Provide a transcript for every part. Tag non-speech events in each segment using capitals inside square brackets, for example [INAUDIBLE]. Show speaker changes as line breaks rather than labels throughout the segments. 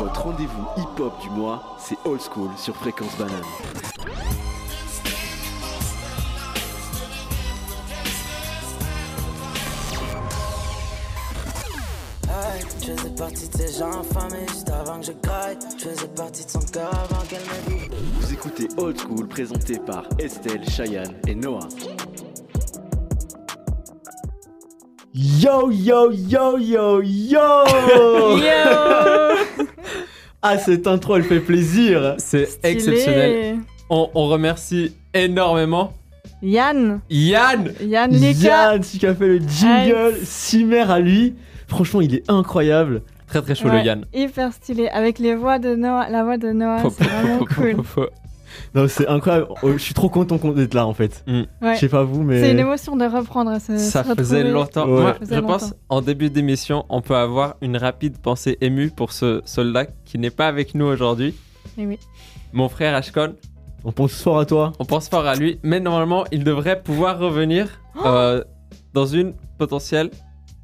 Votre rendez-vous hip-hop du mois, c'est Old School sur Fréquence Banane.
Hey, Je faisais partie de ces gens infamés juste avant que je graille. Je faisais partie de son cœur avant qu'elle me dise.
Vous écoutez Old School présenté par Estelle, Cheyenne et Noah.
Yo yo yo yo yo [LAUGHS] Ah cette intro elle fait plaisir
C'est
Stylé.
exceptionnel. On, on remercie énormément
Yann,
Yann.
Yann Leka.
Yann celui qui a fait le jingle, Simer à lui Franchement il est incroyable
Très très chaud
Ouais,
le Yann.
Hyper stylé, avec les voix de Noah, la voix de Noah,
Faux,
c'est
faux,
vraiment
faux, faux,
cool. Euh,
faux, faux.
Non c'est incroyable, Oh, je suis trop content qu'on- d'être là en fait
Mm.
Ouais.
Je sais pas vous mais...
C'est une émotion de reprendre ce
Ça faisait longtemps.
Ouais.
Moi,
Ça faisait
je pense,
longtemps.
en début d'émission, on peut avoir une rapide pensée émue pour ce soldat qui n'est pas avec nous aujourd'hui.
Et Eh oui.
Mon frère Ashkon,
On pense fort à toi
on pense fort à lui, mais normalement, il devrait pouvoir revenir
Oh
euh, dans une potentielle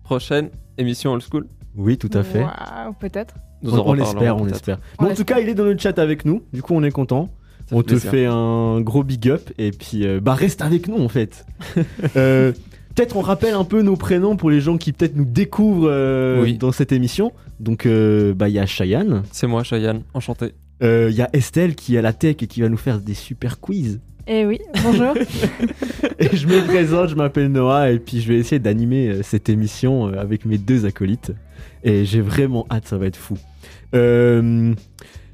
prochaine émission Old School.
Oui tout à fait
Waouh, peut-être.
Nous
on,
en
on
reparlerons
l'espère, on
peut-être.
l'espère.
On
Bon, en tout cas, il est dans le chat avec nous. Du coup, on est content.
Ça
On
fait
te
plaisir.
fait un gros big up et puis euh, bah reste avec nous en
[LAUGHS]
fait. Euh, peut-être on rappelle un peu nos prénoms pour les gens qui peut-être nous découvrent euh,
Oui.
dans cette émission. Donc euh, bah il y a Cheyenne,
C'est moi, Cheyenne, enchanté.
Euh, il y a Estelle qui est à la tech et qui va nous faire des super quiz. [LAUGHS]
Et Eh oui, bonjour.
Et je me présente, je m'appelle Noah et puis je vais essayer d'animer euh, cette émission euh, avec mes deux acolytes. Et j'ai vraiment hâte, ça va être fou. Euh,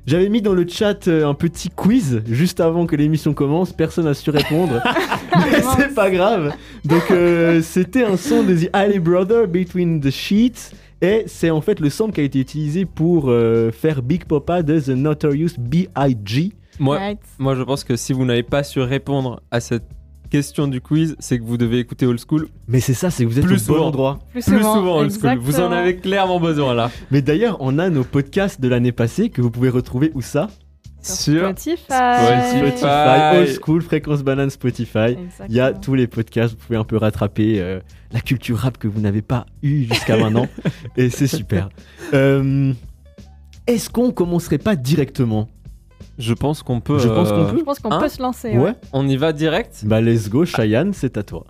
J'avais mis dans le chat euh, un petit quiz juste avant que l'émission commence, personne n'a su répondre. [LAUGHS] mais c'est pas grave. Donc euh, c'était un son de The Alley Brother Between the Sheets. Et c'est en fait le sample qui a été utilisé pour euh, faire Big Papa de The Notorious B.I.G.
[LAUGHS] Moi,
Right.
Moi, je pense que si vous n'avez pas su répondre à cette question du quiz, c'est que vous devez écouter Old School
Mais c'est ça, c'est que vous êtes
Plus
au bon
souvent.
endroit.
Plus
plus
souvent,
souvent. Old School, vous en
exactement.
avez clairement besoin là.
Mais d'ailleurs, on a nos podcasts de l'année passée que vous pouvez retrouver où ça
Sur
Spotify.
Spotify.
Spotify, Old School, Fréquence Banane, Spotify. Il y a
Exactement.
tous les podcasts, vous pouvez un peu rattraper euh, la culture rap que vous n'avez pas eue jusqu'à
[LAUGHS]
maintenant. Et c'est super. Euh, Est-ce qu'on commencerait pas directement
Je pense qu'on peut.
Je pense
euh,
qu'on peut.
Je pense qu'on
Hein
peut se lancer.
Ouais.
Ouais.
On y va direct.
Bah, let's go, Cheyenne, c'est à toi.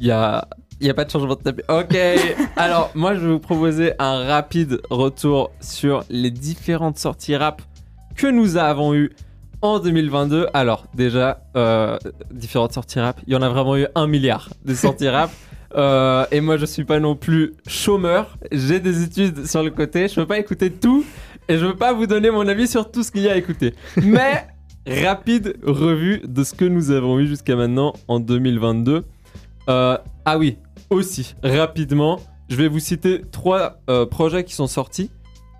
Il y a. Il n'y a pas de changement de tapis. Ok. Alors, moi, je vais vous proposer un rapide retour sur les différentes sorties rap que nous avons eues en 2022. Alors, déjà, euh, différentes sorties rap. Il y en a vraiment eu un milliard de sorties rap. Euh, et moi, je suis pas non plus chômeur. J'ai des études sur le côté. Je peux pas écouter tout. Et je veux pas vous donner mon avis sur tout ce qu'il y a à écouter. Mais, rapide revue de ce que nous avons eu jusqu'à maintenant en 2022. Euh, ah oui, aussi, rapidement, je vais vous citer trois euh, projets qui sont sortis.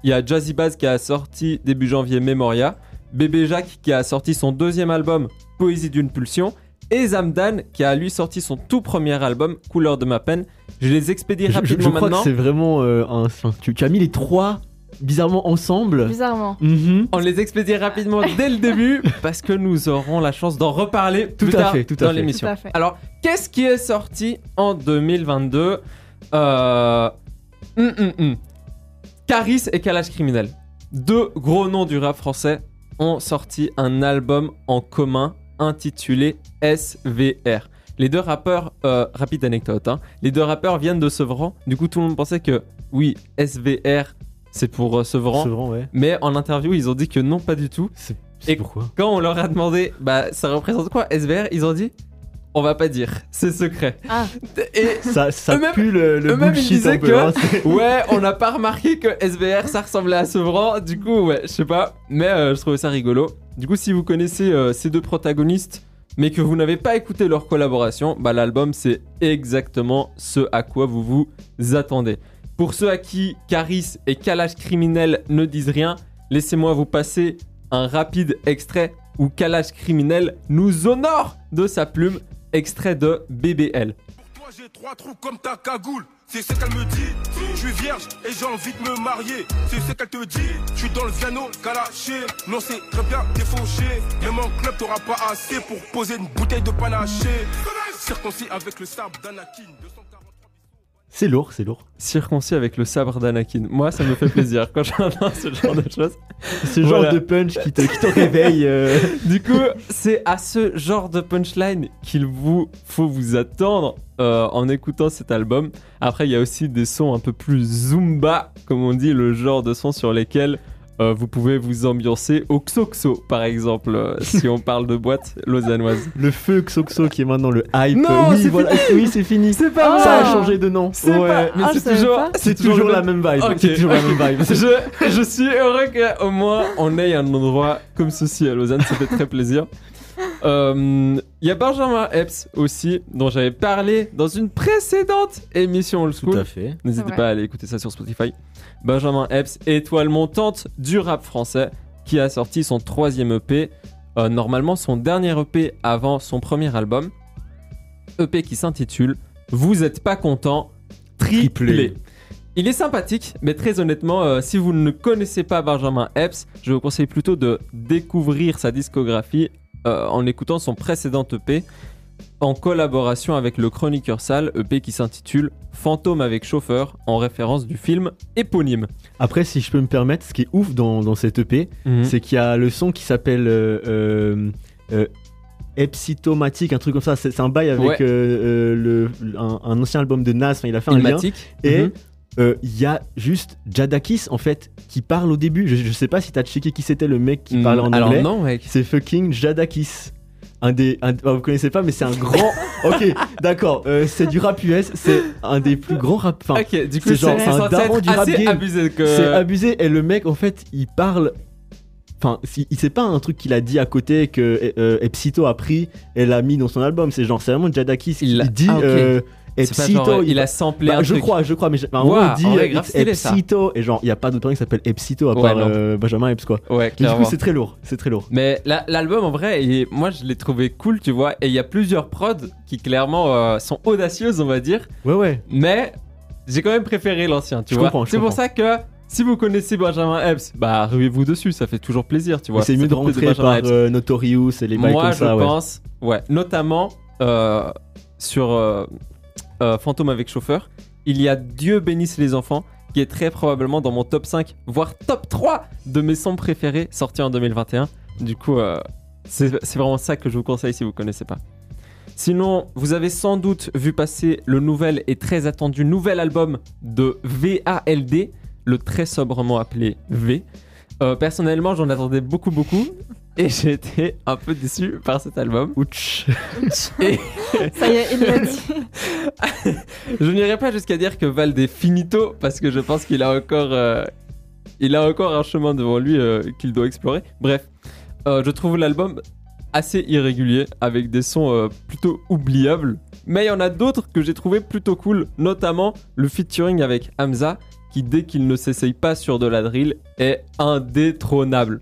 Il y a Jazzy Bass qui a sorti début janvier Memoria, Bébé Jacques qui a sorti son deuxième album Poésie d'une pulsion, et Zamdan qui a lui sorti son tout premier album Couleur de ma peine. Je les expédie
Je, je- je
rapidement
crois
maintenant.
que c'est vraiment euh, un. enfin, tu, tu as mis les trois bizarrement ensemble.
Bizarrement.
Mhm.
On les expédie rapidement dès le début parce que nous aurons la chance d'en reparler
Tout
plus
à
tard
fait, tout à
dans
fait.
l'émission.
Tout à fait.
Alors, qu'est-ce qui est sorti en 2022 euh... hum, hum, hum. Caris et Kalash Criminel. Deux gros noms du rap français ont sorti un album en commun intitulé SVR. Les deux rappeurs, euh, rapide anecdote, hein. les deux rappeurs viennent de Sevran. Du coup, tout le monde pensait que oui, SVR, c'est pour euh, Sevran.
C'est vrai, ouais.
Mais en interview, ils ont dit que non, pas du tout.
C'est c'est
Et-
pourquoi
Quand on leur a demandé, bah, ça représente quoi SVR Ils ont dit, on va pas dire, c'est secret.
Ah,
Et
Ça, ça
Eux-mêmes-
pue le, le
eux-mêmes, ils
bullshit un
disaient
peu.
que-
hein, c'est-
ouais, on n'a pas remarqué que SVR ça ressemblait à Sevran, du coup, ouais, je sais pas, mais euh, je trouvais ça rigolo. Du coup, si vous connaissez euh, ces deux protagonistes, mais que vous n'avez pas écouté leur collaboration, bah l'album c'est exactement ce à quoi vous vous attendez. Pour ceux à qui Caris et Kalash Criminel ne disent rien, laissez-moi vous passer un rapide extrait où Kalash Criminel nous honore de sa plume, extrait de BBL.
Toi j'ai trois trous comme ta cagoule, c'est ce qu'elle me dit. Je suis vierge et j'ai envie de me marier, c'est ce qu'elle te dit. Je suis dans le piano calaché, non c'est très bien défauché. Même en club t'auras pas assez pour [LAUGHS] poser une bouteille de panaché. Circoncis avec le sable d'Anakin. 243 bisous.
C'est lourd, c'est lourd.
Circoncis avec le sabre d'Anakin. Moi, ça me fait plaisir quand j'entends [LAUGHS] ce genre de choses.
Ce
Voilà.
genre de punch qui te, qui te réveille. euh,
Du coup, c'est à ce genre de punchline qu'il vous faut vous attendre euh, en écoutant cet album. Après, il y a aussi des sons un peu plus zumba, comme on dit, le genre de sons sur lesquels euh, vous pouvez vous ambiancer au xoxo, par exemple, euh, si on parle de boîte lausannoise.
le feu Xoxo qui est maintenant le hype.
Non,
oui,
c'est
voilà. Oui, c'est fini.
C'est
pas
Ça a
vrai.
changé de nom.
C'est
Ouais.
pas- mais
Ah, je
c'est
savais
toujours,
pas.
C'est toujours la même vibe.
Ok,
C'est toujours la
ok.
même
[LAUGHS]
vibe.
je, je suis heureux qu'au moins on ait un endroit comme ceci à Lausanne, ça fait très plaisir. Euh, Il y a Benjamin Epps aussi, dont j'avais parlé dans une précédente émission Old School.
fait.
C'est
N'hésitez
vrai.
pas à aller écouter ça sur Spotify. Benjamin Epps, étoile montante du rap français, qui a sorti son troisième EP, euh, normalement son dernier EP avant son premier album. EP E qui s'intitule Vous êtes pas content, triplé.
Triplé.
Il est sympathique, mais très honnêtement, euh, si vous ne connaissez pas Benjamin Epps, je vous conseille plutôt de découvrir sa discographie euh, en écoutant son précédent EP en collaboration avec le chroniqueur sale EP qui s'intitule Fantôme avec chauffeur en référence du film éponyme.
Après, si je peux me permettre, ce qui est ouf dans, dans cette EP,
Hmm.
c'est qu'il y a le son qui s'appelle euh, euh, euh, Epsitomatic, un truc comme ça. C'est c'est un bail avec
Ouais.
euh, euh, le, un, un ancien album de Nas. Enfin, il a fait un lien.
filmatique.
Et euh, il y a juste Jadakis, en fait, qui parle au début. Je, je sais pas si t'as checké qui c'était le mec qui parlait en
Mm. Alors
anglais.
non, mec.
C'est fucking Jadakis. Un des, un- ah, vous connaissez pas, mais c'est un
[LAUGHS]
grand. ok, d'accord. euh, c'est du rap US. C'est un des plus grands rap. enfin,
ok, euh. du coup,
c'est
c'est
genre
c'est
un
censé
daron
être
du rap
assez
game.
abusé que.
C'est abusé. Et le mec, en fait, il parle. Enfin, si- il- c'est pas un truc qu'il a dit à côté que euh, Epsito a pris et l'a mis dans son album. C'est genre, c'est vraiment Jadakis.
Il
Il,
l'a-
dit
ah, ok.
euh,
C'est pas genre,
Epsito.
il, a samplé
Bah,
un
je
truc.
crois, je crois, mais j'ai- enfin, en
Ouah,
gros, il dit
en vrai,
euh,
grave
it's
stylé, ça.
Epsito. Et genre, il y a pas d'autre mec qui s'appelle Epsito à
Ouais,
part
non.
euh, Benjamin Epps, quoi.
Ouais,
Mais du coup,
clairement.
c'est très lourd. C'est très lourd.
Mais la- l'album en vrai, il est- moi je l'ai trouvé cool, tu vois. Et il y a plusieurs prods qui clairement euh, sont audacieuses, on va dire.
Ouais, ouais.
Mais j'ai quand même préféré l'ancien, tu
Je
vois.
comprends, je
C'est pour
comprends.
ça que si vous connaissez Benjamin Epps, bah ruez-vous dessus, ça fait toujours plaisir, tu vois.
Mais c'est
Ça
mieux de
fait plaisir,
rentrer
Benjamin
par
Epps.
euh, Notorious et les bails
Moi,
comme
je
ça, ouais.
pense, ouais, notamment euh, sur euh, euh, Fantôme avec chauffeur, il y a Dieu bénisse les enfants, qui est très probablement dans mon top 5, voire top 3 de mes sons préférés sortis en 2021. Du coup, euh, c'est c'est vraiment ça que je vous conseille si vous connaissez pas. Sinon, vous avez sans doute vu passer le nouvel et très attendu nouvel album de VALD, le très sobrement appelé V. Euh, personnellement, j'en attendais beaucoup, beaucoup, et j'ai été un peu déçu par cet album.
Ouch.
Ça y est, il l'a dit.
Je n'irai pas jusqu'à dire que Valde est finito, parce que je pense qu'il a encore, euh, il a encore un chemin devant lui euh, qu'il doit explorer. Bref, euh, je trouve l'album assez irrégulier, avec des sons euh, plutôt oubliables. Mais il y en a d'autres que j'ai trouvé plutôt cool, notamment le featuring avec Hamza, qui dès qu'il ne s'essaye pas sur de la drill est indétrônable.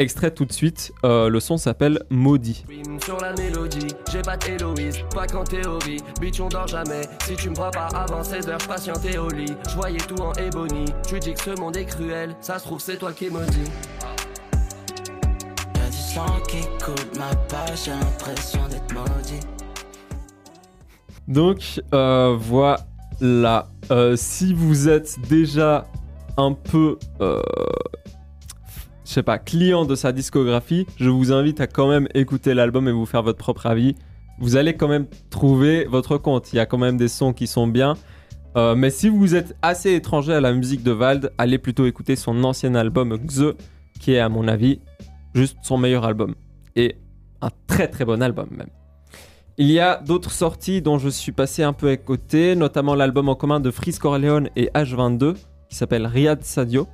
Extrait tout de suite, euh, le son s'appelle Maudit.
Rime Sur la mélodie, j'ai pas d'Héloïse, pas qu'en théorie. Bitch, on dort jamais. Si tu me vois pas avant 16h, patienté au lit. Je voyais tout en ébony. Tu dis que ce monde est cruel, ça se trouve, c'est toi qui es maudit.
Y'a du sang qui coule de ma page, j'ai l'impression d'être maudit.
Donc euh, voilà, Euh, si vous êtes déjà un peu, euh, je sais pas, client de sa discographie, je vous invite à quand même écouter l'album et vous faire votre propre avis. Vous allez quand même trouver votre compte. Il y a quand même des sons qui sont bien. Euh, mais si vous êtes assez étranger à la musique de Vald, allez plutôt écouter son ancien album The, qui est à mon avis juste son meilleur album. Et un très très bon album même. Il y a d'autres sorties dont je suis passé un peu à côté, notamment l'album en commun de Freeze Corleone et H22 qui s'appelle Riyad Sadio.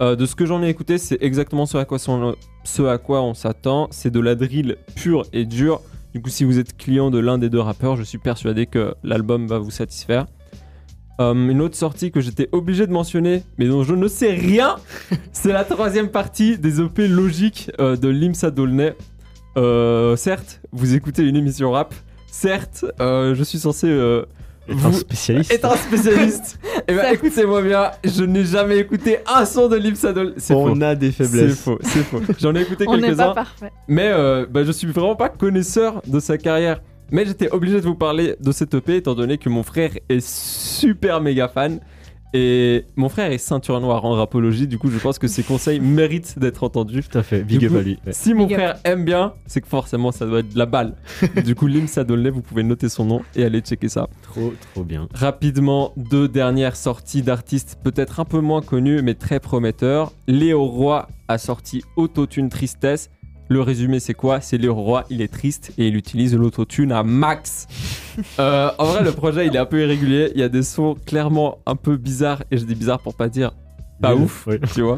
Euh, de ce que j'en ai écouté, c'est exactement ce à quoi, son- ce à quoi on s'attend. C'est de la drill pure et dure. Du coup, si vous êtes client de l'un des deux rappeurs, je suis persuadé que l'album va vous satisfaire. Euh, une autre sortie que j'étais obligé de mentionner, mais dont je ne sais rien, c'est la troisième partie des EP logiques euh, de Limsa Dolnay. Euh, certes, vous écoutez une émission rap. Certes, euh, je suis censé euh,
Être un
vous-
spécialiste.
être un [LAUGHS] spécialiste. Et ben écoutez-moi bien, je n'ai jamais écouté un son de Limsa Dolnay. C'est faux.
On a des
C'est
faiblesses.
faux, c'est faux. J'en ai écouté
On n'est pas
quelques-uns,
parfait.
mais euh, bah, je suis vraiment pas connaisseur de sa carrière. Mais j'étais obligé de vous parler de cette EP étant donné que mon frère est super méga fan. Et mon frère est ceinture noire en rapologie, du coup je pense que
[LAUGHS]
ses conseils méritent d'être entendus.
Tout à fait, big
Du
up
coup,
à lui. ouais.
Si mon
Big up.
frère aime bien, c'est que forcément ça doit être de la balle. du coup, Lim Sadolnay, vous pouvez noter son nom et aller checker ça.
Trop, trop bien.
Rapidement, deux dernières sorties d'artistes peut-être un peu moins connus mais très prometteurs. Léo Roy a sorti Autotune Tristesse. Le résumé, c'est quoi C'est Léo Roy, il est triste et il utilise l'autotune à max. Euh, en vrai, le projet, il est un peu irrégulier. Il y a des sons clairement un peu bizarres, et je dis bizarres pour pas dire pas
Oui,
ouf, Ah,
oui.
tu vois.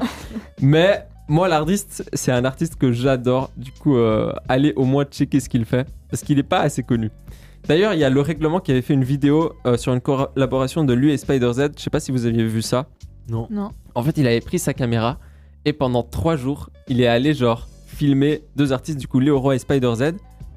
Mais moi, l'artiste, c'est un artiste que j'adore. Du coup, euh, allez au moins checker ce qu'il fait, parce qu'il n'est pas assez connu. D'ailleurs, il y a le règlement qui avait fait une vidéo euh, sur une collaboration de lui et Spider-Z. Je sais pas si vous aviez vu ça.
Non.
Non.
En fait, il avait pris sa caméra et pendant trois jours, il est allé genre filmer deux artistes, du coup Léo Roy et Spider-Z,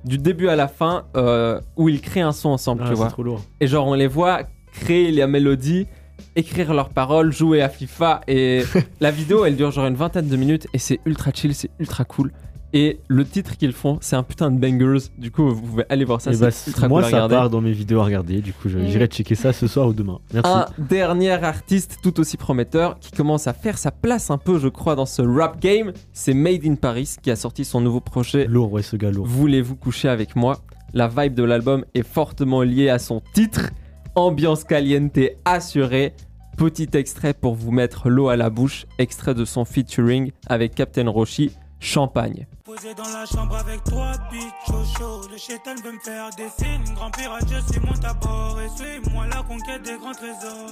du début à la fin, euh, où ils créent un son ensemble,
Ah,
tu vois.
c'est trop lourd.
Et genre, on les voit créer les mélodies, écrire leurs paroles, jouer à FIFA.
[LAUGHS]
Et la vidéo, elle dure genre une vingtaine de minutes et c'est ultra chill, c'est ultra cool. Et le titre qu'ils font, c'est un putain de bangers. Du coup, vous pouvez aller voir ça,
Eh
c'est
bah,
ultra
moi,
cool à
ça
regarder.
part dans mes vidéos à regarder. Du coup, je-
Mm.
j'irai checker ça ce soir ou demain. Merci.
Un dernier artiste tout aussi prometteur qui commence à faire sa place un peu, je crois, dans ce rap game, c'est Made in Paris qui a sorti son nouveau projet
Lourd, ouais, ce gars lourd.
Voulez-vous coucher avec moi La vibe de l'album est fortement liée à son titre. Ambiance caliente assurée. Petit extrait pour vous mettre l'eau à la bouche. Extrait de son featuring avec Captain Roshi, Champagne.
Posé dans la chambre avec toi, bitch, chocho. Le chétan veut me faire des signes. Grand pirate, je suis mon tabord. Et suis-moi la conquête des grands trésors.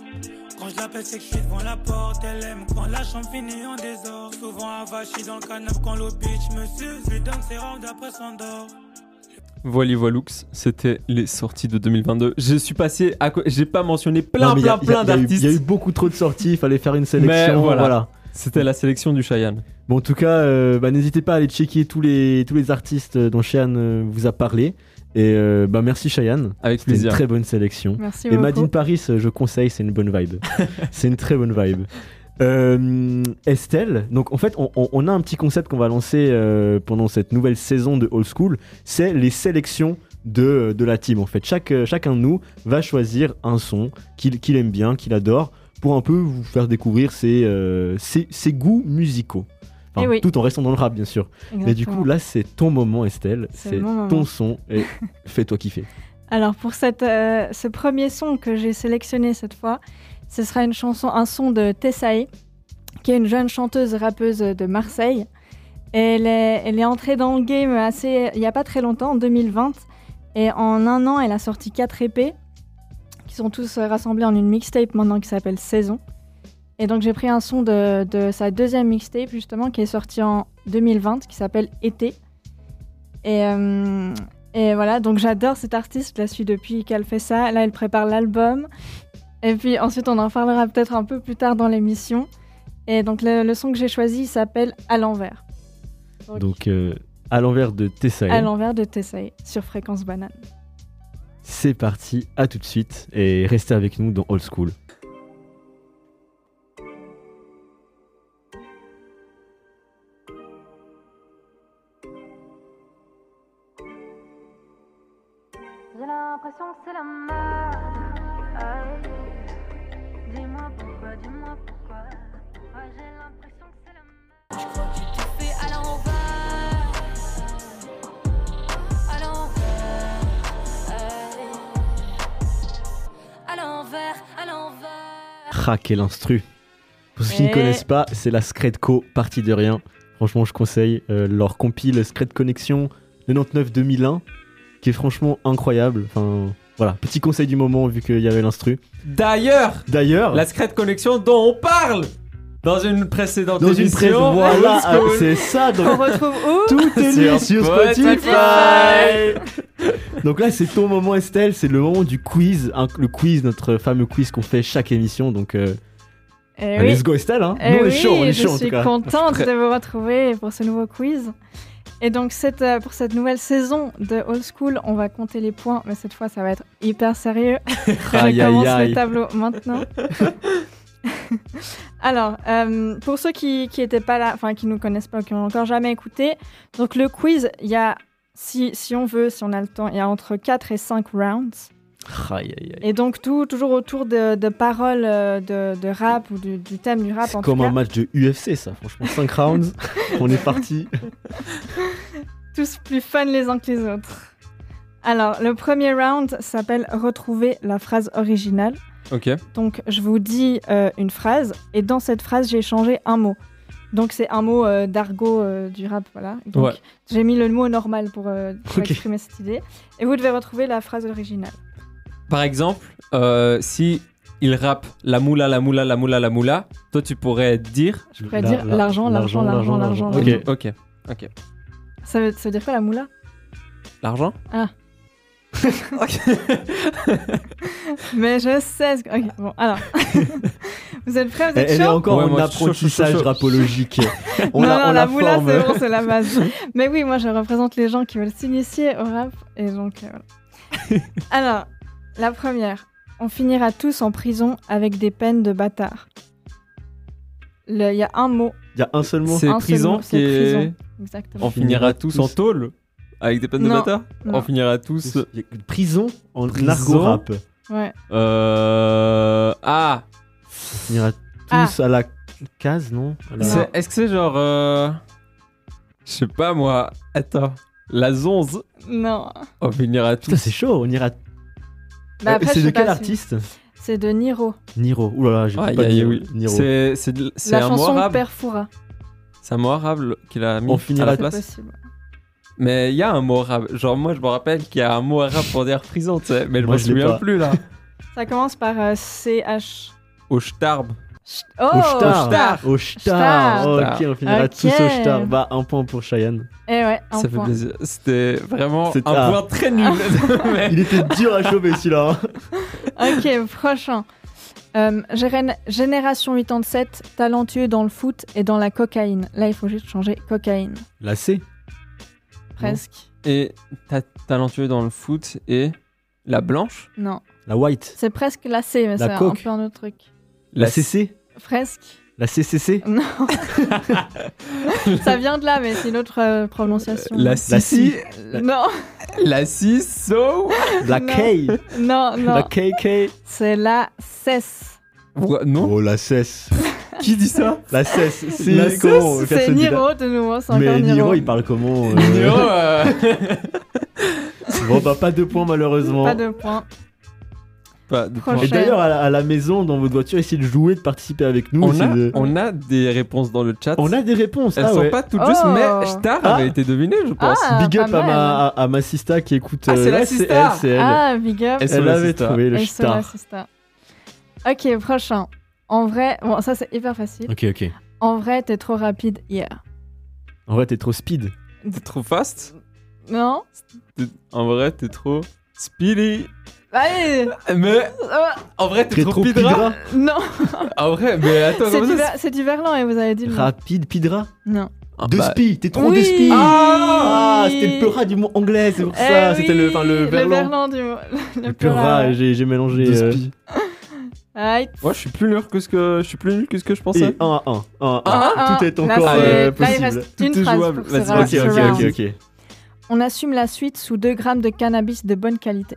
Quand je l'appelle, c'est que je suis devant la porte. Elle aime quand la chambre finit en désordre. Souvent avachie dans le canapé quand l'eau bitch me suce. Je lui donne ses rames d'après s'endort.
Voili voiloux, c'était les sorties de 2022. Je suis passé à co- J'ai pas mentionné plein,
Non, mais il y
plein,
a- il y a-
plein
il y a eu- Il y a eu
d'artistes.
beaucoup trop de sorties. Il fallait faire une sélection.
Mais voilà.
voilà.
C'était la sélection du Cheyenne.
Bon, en tout cas, euh, bah, n'hésitez pas à aller checker tous les, tous les artistes dont Cheyenne euh, vous a parlé. Et euh, bah, merci Cheyenne.
Avec
C'était une
plaisir.
très bonne sélection.
Merci
Et
beaucoup.
Made in Paris, euh, je conseille, c'est une bonne
[LAUGHS]
vibe. c'est une très bonne vibe. Euh, Estelle, donc en fait, on, on- on a un petit concept qu'on va lancer euh, pendant cette nouvelle saison de Old School, c'est les sélections de, de la team. En fait, Chaque, euh, chacun de nous va choisir un son qu'il qu'il aime bien, qu'il adore, pour un peu vous faire découvrir ses, euh, ses, ses goûts musicaux. Enfin,
Eh oui.
Tout en restant dans le rap, bien sûr. Mais du coup,
Exactement.
là, c'est ton moment, Estelle.
C'est
C'est
mon moment.
ton son
[LAUGHS]
et fais-toi kiffer.
Alors pour cette, euh, ce premier son que j'ai sélectionné cette fois, ce sera une chanson, un son de Tessae, qui est une jeune chanteuse rappeuse de Marseille. Elle est, elle est entrée dans le game assez, il n'y a pas très longtemps, en 2020. Et en un an, elle a sorti 4 épées, qui sont tous euh, rassemblés en une mixtape maintenant qui s'appelle Saison. Et donc j'ai pris un son de, de sa deuxième mixtape justement, qui est sortie en 2020, qui s'appelle Été. Et, euh, et voilà, donc j'adore cette artiste, je la suis depuis qu'elle fait ça. Là, elle prépare l'album. Et puis ensuite, on en parlera peut-être un peu plus tard dans l'émission. Et donc le, le son que j'ai choisi il s'appelle À l'envers. Donc,
Donc, euh, à l'envers de Tessaï.
À l'envers de Tessae sur Fréquence Banane.
C'est parti, à tout de suite et restez avec nous dans Old School.
J'ai l'impression que c'est la merde. Aïe. Dis-moi pourquoi, dis-moi pourquoi. Ouais, j'ai l'impression que c'est la merde. Je crois que tu te fais à l'envers. À l'envers. Aïe. À l'envers, à l'envers.
Ah, quel instru Pour ceux qui ne
Eh.
connaissent pas, c'est la Scredco, partie de rien. Franchement, je conseille euh, leur compile Scred Connection 99-2001, qui est franchement incroyable. Enfin, voilà, petit conseil du moment vu qu'il y avait l'instru.
D'ailleurs,
D'ailleurs,
la secrète connexion dont on parle dans une précédente
dans une
émission.
presse, voilà,
Old School.
ah, c'est ça,
On
[LAUGHS]
donc
retrouve où
tout est
Sur
mis sur Spotify. Donc là, c'est ton moment, Estelle, c'est le moment du quiz, hein, le quiz, notre fameux quiz qu'on fait chaque émission. Donc, euh,
Eh
bah,
oui.
let's go, Estelle, hein.
Eh
Nous, on est
oui,
chaud, on est
je
chaud en tout
suis
cas.
contente de vous retrouver pour ce nouveau quiz. Et donc cette, euh, pour cette nouvelle saison de Old School, on va compter les points, mais cette fois ça va être hyper sérieux. [LAUGHS]
Aïe, aïe,
Je commence
aïe.
le tableau
[LAUGHS]
maintenant. Alors, euh, pour ceux qui n'étaient pas là, enfin qui nous connaissent pas, qui n'ont encore jamais écouté, donc le quiz, il y a si, si on veut, si on a le temps, il y a entre 4 et 5 rounds.
Aïe, aïe, aïe.
Et donc, tout toujours autour de, de paroles euh, de, de rap ou du, du thème du rap.
C'est
en
comme
tout
un
cas.
match de UFC, ça. Franchement, 5
[LAUGHS]
rounds, on est parti.
tous plus fun les uns que les autres. Alors, le premier round s'appelle Retrouver la phrase originale.
Ok.
Donc, je vous dis euh, une phrase, et dans cette phrase, j'ai changé un mot. Donc, c'est un mot euh, d'argot euh, du rap, voilà. Donc,
Ouais.
J'ai mis le mot normal pour, euh, pour
Ok.
exprimer cette idée. Et vous devez retrouver la phrase originale.
Par exemple, euh, si il rappe la moula, la moula, la moula, la moula, toi tu pourrais dire.
Je pourrais
La-
dire
la-
l'argent, l'argent, l'argent, l'argent.
Ok.
l'argent.
Ok. Ok.
Ça, veut, ça veut dire quoi la moula
L'argent
Mais je sais. ce que- ok, bon, alors. [LAUGHS] vous êtes prêts Vous
Elle,
êtes
elle est
chauds
encore
Ouais,
en
moi, je suis chaud,
apprentissage
chaud, chaud.
[LAUGHS]
rapologique. On
non,
la,
non,
on
la, moula,
forme.
c'est bon, c'est la
[LAUGHS]
base. Mais oui, moi, je représente les gens qui veulent s'initier au rap. Et donc, euh,
[LAUGHS]
voilà. Alors, la première. On finira tous en prison avec des peines de bâtard. Le- Il y a un mot,
Il y a un seul mot.
C'est
Un seul
prison
mot, c'est
qui est.
prison. exactement.
On finira tous en tôle avec des peines de
Non,
bâtard On
non.
finira tous.
Il y a- Prison en
Prison.
narco-rap.
Ouais.
Euh. Ah
On ira
Ah.
tous à la case, non À la-
C'est- Est-ce que c'est genre. euh, Je sais pas moi. Attends. La zonze.
Non.
On finira tous.
Putain, c'est chaud, on ira.
Bah,
Euh,
après,
c'est de
je sais
quel
pas si-
artiste
C'est de Niro.
Niro. Ouh là là, j'ai
[LAUGHS] Aïe,
pas
aïe,
dit
oui.
Niro.
C'est c'est de- c'est
La
un mot
chanson
arabe.
Perfoura.
C'est un mot arabe le- qu'il a mis
On
à
finira
la
C'est
place.
possible.
Mais il y a un mot arabe. Genre moi je me rappelle qu'il y a un mot arabe pour dire prison, tu sais. Mais je
Moi,
me
je l'ai
souviens
pas.
plus là.
Ça commence par euh, CH.
Au shtarb.
Ch- Oh
Au shtar.
shtar.
Au shtar.
Shtar.
Ok, on finira
Ok.
tous au shtar. Bah, un point pour Cheyenne.
Eh ouais, un
Ça fait
point.
plaisir. C'était vraiment un
C'était- ah.
point très nul. [LAUGHS] Mais-
Il était dur à chauffer celui-là. hein.
Ok, [LAUGHS] prochain. Euh, Géren- Génération 87, talentueux dans le foot et dans la cocaïne. Là, il faut juste changer cocaïne,
La C.
presque.
Et ta- talentueux dans le foot et la blanche.
Non,
La white.
c'est presque la C,
La
mais c'est un
coke.
peu un autre truc.
La, CC.
Presque.
La CCC.
Non. Ça vient de là, mais c'est une autre euh, prononciation. Euh,
La Sissi.
Non,
La Sisso.
La
Non.
K. [LAUGHS]
non,
La
non.
KK.
C'est la cesse.
Ouais, Non
Oh, la cesse.
Qui dit ça
La cesse. C'est
La
comment,
C'est
personne dit la-
Niro de nouveau, c'est encore
Mais Niro,
Niro.
il parle
[LAUGHS]
comment euh,
Niro, euh,
Bon, bah, pas de points, malheureusement.
Pas de point.
[LAUGHS] pas de
Prochain.
point.
Et d'ailleurs, à, la- à la maison, dans votre voiture, essayez de jouer, de participer avec nous.
on
c'est
a,
de-
on a des réponses dans le chat.
On a des réponses.
Elles
ah
sont
ouais.
pas toutes
Oh.
justes, mais Star
Ah.
avait été deviné, je pense.
Ah,
Big
pas
up à
mal.
ma, à, à ma sista qui écoute.
Ah, c'est
euh,
la
ouais,
sista.
elle, c'est elle.
Ah, big up.
Elles sont
elle
la
avait
sista.
trouvé le
Elles sont là,
star.
c'est ça. Ok, prochain. En vrai, bon, ça c'est hyper facile.
Ok, ok.
En vrai, t'es trop rapide hier.
En vrai, t'es trop speed.
T'es trop fast.
Non
T'es- En vrai, t'es trop speedy.
Allez
Mais
euh,
en vrai, t'es
T'es
trop, pidra.
pidra.
Non
En vrai, mais attends,
C'est
comment
du,
ça
ver- c'est du verlan et vous avez dit le nom.
Rapide, pidra.
Non.
Ah,
De
bah,
spi, t'es trop
Oui.
de spi.
Ah
Ah, c'était le peura du mot anglais, c'est pour
Eh
ça.
oui,
c'était le, enfin, le
Le
verlan.
verlan du mot. [LAUGHS] Le,
Le
peura,
peura,
ouais.
Ah, j'ai j'ai mélangé.
de
euh,
spi.
Aïe.
Moi, je suis plus nul que ce que je suis plus nul que ce que je
Et
pensais.
1 à 1. 1 à 1.
Ah, ah,
tout est
là,
encore,
c'est-
euh,
Là, il
possible.
reste
Tout
une
est
phrase
jouable.
pour
Vas-y,
ce
Ah,
Ok, ok,
round. Ce
ok,
round.
ok.
On assume la suite sous 2 grammes de cannabis de bonne qualité.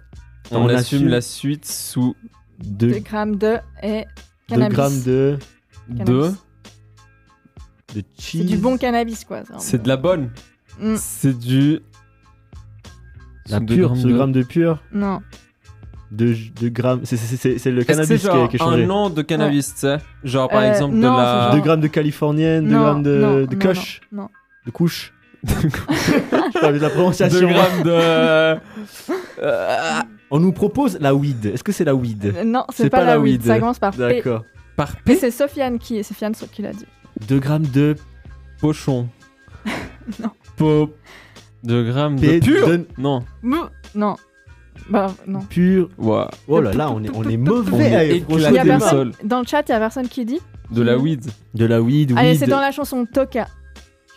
On,
On
assume
assume.
la suite sous
2
2
grammes de et cannabis.
grammes de,
Cannabis.
deux.
de
C'est
cheese.
du bon cannabis, quoi. ça.
C'est de la bonne.
Ah, bah. Mm,
C'est du
La
sous deux
pure,
grammes
ce
de-
gramme de pure.
Non.
De, de grammes. C'est- C'est c'est- c'est le
Est-ce que c'est
cannabis qui a,
genre
qui a changé.
un an de cannabis, tu sais Genre par
Euh,
exemple
non,
de la.
c'est
2
genre-
grammes de californienne, 2
Non,
grammes de,
non,
de
non,
coche,
non, non.
de
[LAUGHS]
couche. Je parle de la prononciation.
2 grammes
[LAUGHS]
de. Euh,
On nous propose la weed. Est-ce que c'est la weed
Euh, Non, c'est pas, la weed. Ça commence par P.
D'accord.
par
P, c'est Sofiane qui, c'est Sofiane qui l'a dit.
2 grammes de
pochon.
[LAUGHS] Non.
Po. 2 grammes
P.
de pur
de-
Non.
Mou- Non. Bah, non.
pur.
Ouah,
Oh là là, on est, on est
On est
mauvais.
éclaté.
franchement.
Il y a
des
personne...
sols.
Dans le chat, il y a personne qui dit.
De
Hmm.
la weed.
De la weed, weed.
Allez, c'est dans la chanson Toka.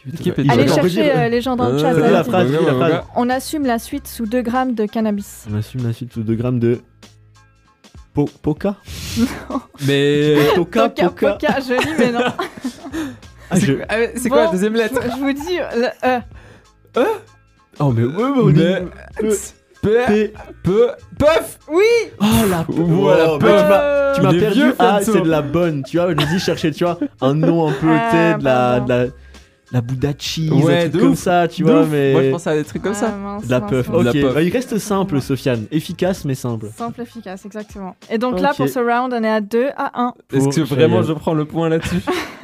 Putain,
Allez
ils
Allez
ont
chercher
enregistré-
euh, les gens dans le chat.
c'est
ça
la
va.
phrase. la phrase.
On assume la suite sous 2 grammes de cannabis.
On assume la suite sous 2 grammes de. Po Poca
Mais.
Toca,
Toka,
Poca.
Poka, joli, mais non.
Ah, je-
Ah ouais, C'est quoi la
Bon, euh,
deuxième lettre
je, je vous dis le E.
Oh, mais ouais, mais on
Mais-
est-
Pe-
T'es-
pe- Puff
Oh la
Voilà,
Wow,
peu-
mais tu m'as- Tu
Il
m'as
est
perdu.
vieux,
Ah,
Fabio.
c'est de la bonne. Tu vois, je dis chercher, tu vois, un nom un peu,
Ah,
tu sais, de la,
pardon.
de la, de la Bouddha cheese,
Ouais,
un truc
de
comme
ouf.
ça, tu
De
vois,
ouf.
mais.
Moi je pensais à des trucs comme
Ah,
ça.
mince,
De la
mince,
puff.
mince.
De la
Ok,
puff.
bah, il reste simple, Sofiane. Efficace, mais simple.
Simple, efficace, exactement. Et donc là,
Ok.
pour ce round, on est à 2 à 1.
Est-ce que
Pour
vraiment
Cheyenne.
je prends le
[LAUGHS]
point là-dessus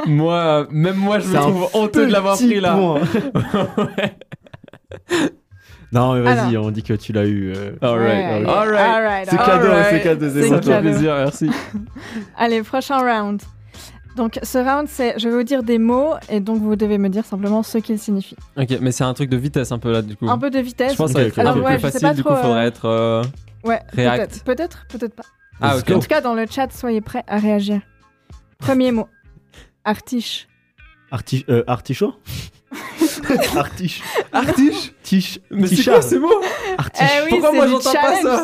Moi, euh, même moi je me
C'est un
trouve honteux de l'avoir
petit
pris là.
point. Non, mais vas-y, on dit que tu l'as eu. euh.
Alright,
Ouais,
alright.
alright,
C'est
alright.
cadeau,
Alright.
c'est cadeau, c'est
C'est
Ça
sympa.
me fait
cadeau.
plaisir, merci.
Allez, prochain round. Donc ce round, c'est je vais vous dire des mots et donc vous devez me dire simplement ce qu'ils signifient.
Ok, mais c'est un truc de vitesse un peu là du coup.
Un peu de vitesse.
Je pense que ça va être
Ok,
un
ok.
peu
Alors, ouais,
plus
je sais pas
facile, du coup
trop, euh,
faudrait être. euh,
Ouais,
React.
peut-être, peut-être, peut-être pas.
Ah
Let's
ok.
En tout cas, dans le chat, soyez prêts à réagir. Premier mot. Artiche.
Arti- euh, artichaut Artiche.
Artiche
Tiche.
[LAUGHS] Mais c'est
Tichard.
quoi ces mots
Artiche.
Eh
Pourquoi moi, j'entends pas ça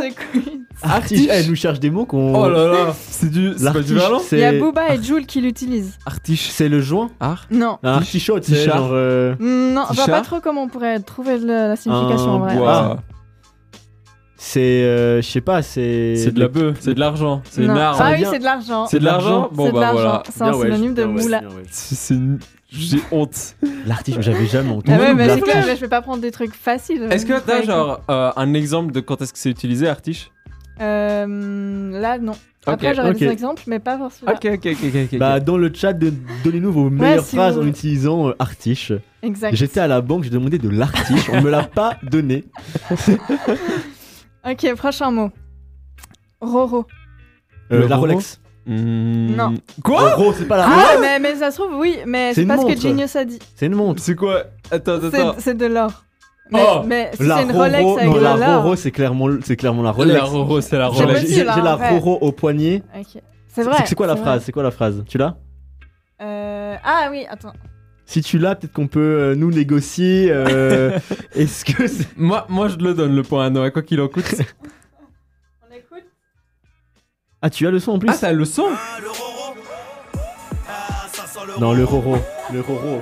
Artiche. Eh, Elle nous cherche des mots qu'on.
Oh là là, c'est du. C'est Ah. pas du
L'artiche,
verlan
Il y a
c'est-
Booba et Jules qui l'utilisent.
Artiche.
C'est le joint
Art
Non.
Un artichaut, tu sais,
Tichard.
genre. euh,
Mm, Non, je vois
Tichard.
pas trop comment on pourrait trouver le- la signification en
Un
vrai. Ah.
bois.
Ouah.
C'est. euh, Je sais pas, c'est.
C'est de la bœuf, c'est de l'argent, c'est une
Non.
arme.
Ah oui,
Bien.
c'est de l'argent.
C'est de l'argent Bon
C'est de
bah
l'argent.
voilà.
C'est un synonyme de moula.
C'est- c'est une- J'ai honte.
L'artichaut, j'avais jamais entendu.
Ah ouais, mais
La-
c'est clair, je vais pas prendre des trucs faciles.
Est-ce que t'as
Ouais.
genre euh, un exemple de quand est-ce que c'est utilisé, Artiche
Euh, là, non. Après, j'aurais
ok.
des exemples, mais pas forcément.
ok, ok, ok. ok.
Bah, dans le chat, de- donnez-nous vos meilleures
si
phrases
vous-
en utilisant euh, artiche.
Exact.
J'étais à la banque, j'ai demandé de l'artiche, on me l'a pas donné.
Ok, prochain mot. Roro.
Euh,
Le
la
Roro
Rolex.
Hmm.
Non.
Quoi
Roro, c'est pas la Rolex,
Ah, mais, mais ça se trouve, oui, mais
C'est
c'est
une
pas ce que
montre.
Genius a dit.
c'est une montre.
C'est quoi Attends, attends,
C'est
attends.
c'est de l'or. Mais,
Oh,
mais si
La
c'est une Rolex
Roro,
avec
non,
de
la
l'or.
Roro, c'est clairement, c'est clairement la
La
Rolex.
Roro, c'est la
J'ai-
Rolex.
Rolex.
possible,
J'ai j'ai
hein,
la
en vrai.
Roro au poignet.
Ok. C'est vrai.
C'est quoi la
vrai.
phrase C'est quoi la phrase Tu l'as
Euh, Ah oui, attends.
Si tu l'as, peut-être qu'on peut euh, nous négocier.
[LAUGHS]
euh, Est-ce que c'est-
Moi, moi, je le donne le point à Noah, quoi qu'il en
[LAUGHS]
coûte.
On écoute
Ah, tu as le son en plus
ah, t'as le son
Non, le Roro. Le Roro.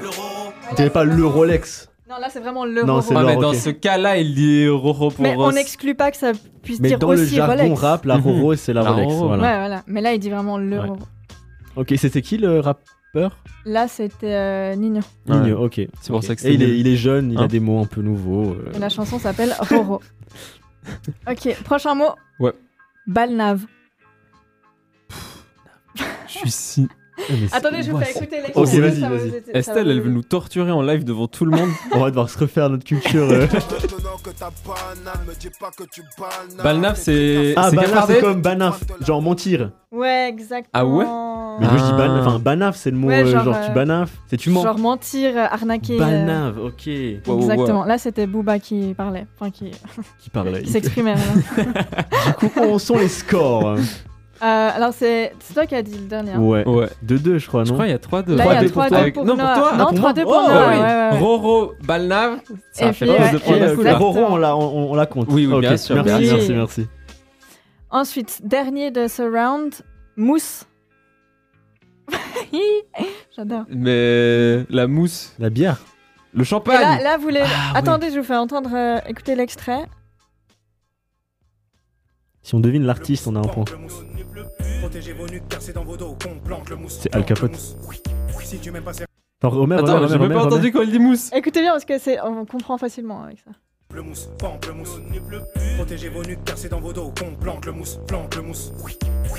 Tu n'avais pas le Rolex.
Non, là, c'est vraiment le
Non,
Roro.
c'est
Ah,
l'or,
mais dans
ok.
ce cas-là, il dit Roro pour.
Mais on
Ross.
n'exclut pas que ça puisse
Mais
dire
dans le
aussi
jargon
Rolex.
rap, la
Mhm.
Roro, c'est la
La
Rolex.
Roro.
voilà.
Ouais, voilà. Mais là, il dit vraiment le
Ouais.
Roro.
Ok, c'était qui le rappeur
Là, c'était euh, Nino.
Ouais.
Nino, ok.
C'est pour
Ok.
ça que
Et il est,
c'est.
il est jeune, il
Hein
a des mots un peu nouveaux. euh.
Et la chanson s'appelle Roro. ok, prochain mot.
Ouais.
Balnave.
Je suis si.
Eh, mais c'est-
Attendez, je vous
Ouah,
fais
c'est-
écouter l'extrait.
Ok,
ça
vas-y,
va vous
vas-y.
aider, ça va
Estelle,
vous
elle
aider.
veut nous torturer en live devant tout le monde.
On va devoir se refaire notre culture.
[LAUGHS]
euh.
Maintenant que t'as banane, me dis pas que tu bananes.
Balnaf, c'est.
Ah,
c'est
Banaf,
cafardé
c'est comme Banaf, genre mentir.
Ouais, exactement.
Ah ouais
Mais moi je dis
Ah.
Banaf, enfin Banaf, c'est le mot
Ouais,
euh, genre,
genre,
tu
euh,
Banaf. C'est tu mens.
Genre mentir, euh, arnaquer. euh,
Banaf, ok.
Ouais, ouais, ouais.
Exactement. Là, c'était Booba qui parlait, enfin qui,
Qui parlait.
qui s'exprimait. voilà.
Du coup, où sont les scores
Euh, alors, c'est c'est toi qui as dit le dernier. hein.
[LAUGHS] Ouais.
Ouais.
De deux, je crois,
Je
non
crois qu'il y a 3-2.
Là, il y
3-2
a
pour
3-2
toi.
pour,
Non, pour
Noah.
toi.
Non,
Ah, pour
3-2 pour
Oh,
Noah.
oui.
ouais, ouais, ouais.
Roro, Balnav, ça
Et
fait
puis,
plus
ouais,
de points
et
d'un coup,
la
là.
exact.
Roro, on la, on, on la compte.
Oui, oui,
Ok,
bien sûr,
Merci,
bien
merci,
sûr.
merci.
Ensuite, dernier de ce round, mousse. [LAUGHS] J'adore.
Mais la mousse,
La bière.
le
Et
champagne.
là, là, vous les...
Ah, ouais.
Attendez, je vous fais entendre, euh, écoutez l'extrait.
Si on devine l'artiste, on a un point.
Protégez vos nuques car c'est dans vos dos qu'on plante le mousse.
C'est Al Capote.
Si tu m'aimes pas, c'est
Genre, Homer,
Attends,
Homer,
j'ai
Homer,
même pas
Homer.
entendu quand il dit mousse.
Écoutez bien parce que c'est, on comprend facilement avec ça.
le mousse. Pamplemousse. Protégez vos nuques car c'est dans vos dos qu'on plante le mousse. Plante le mousse.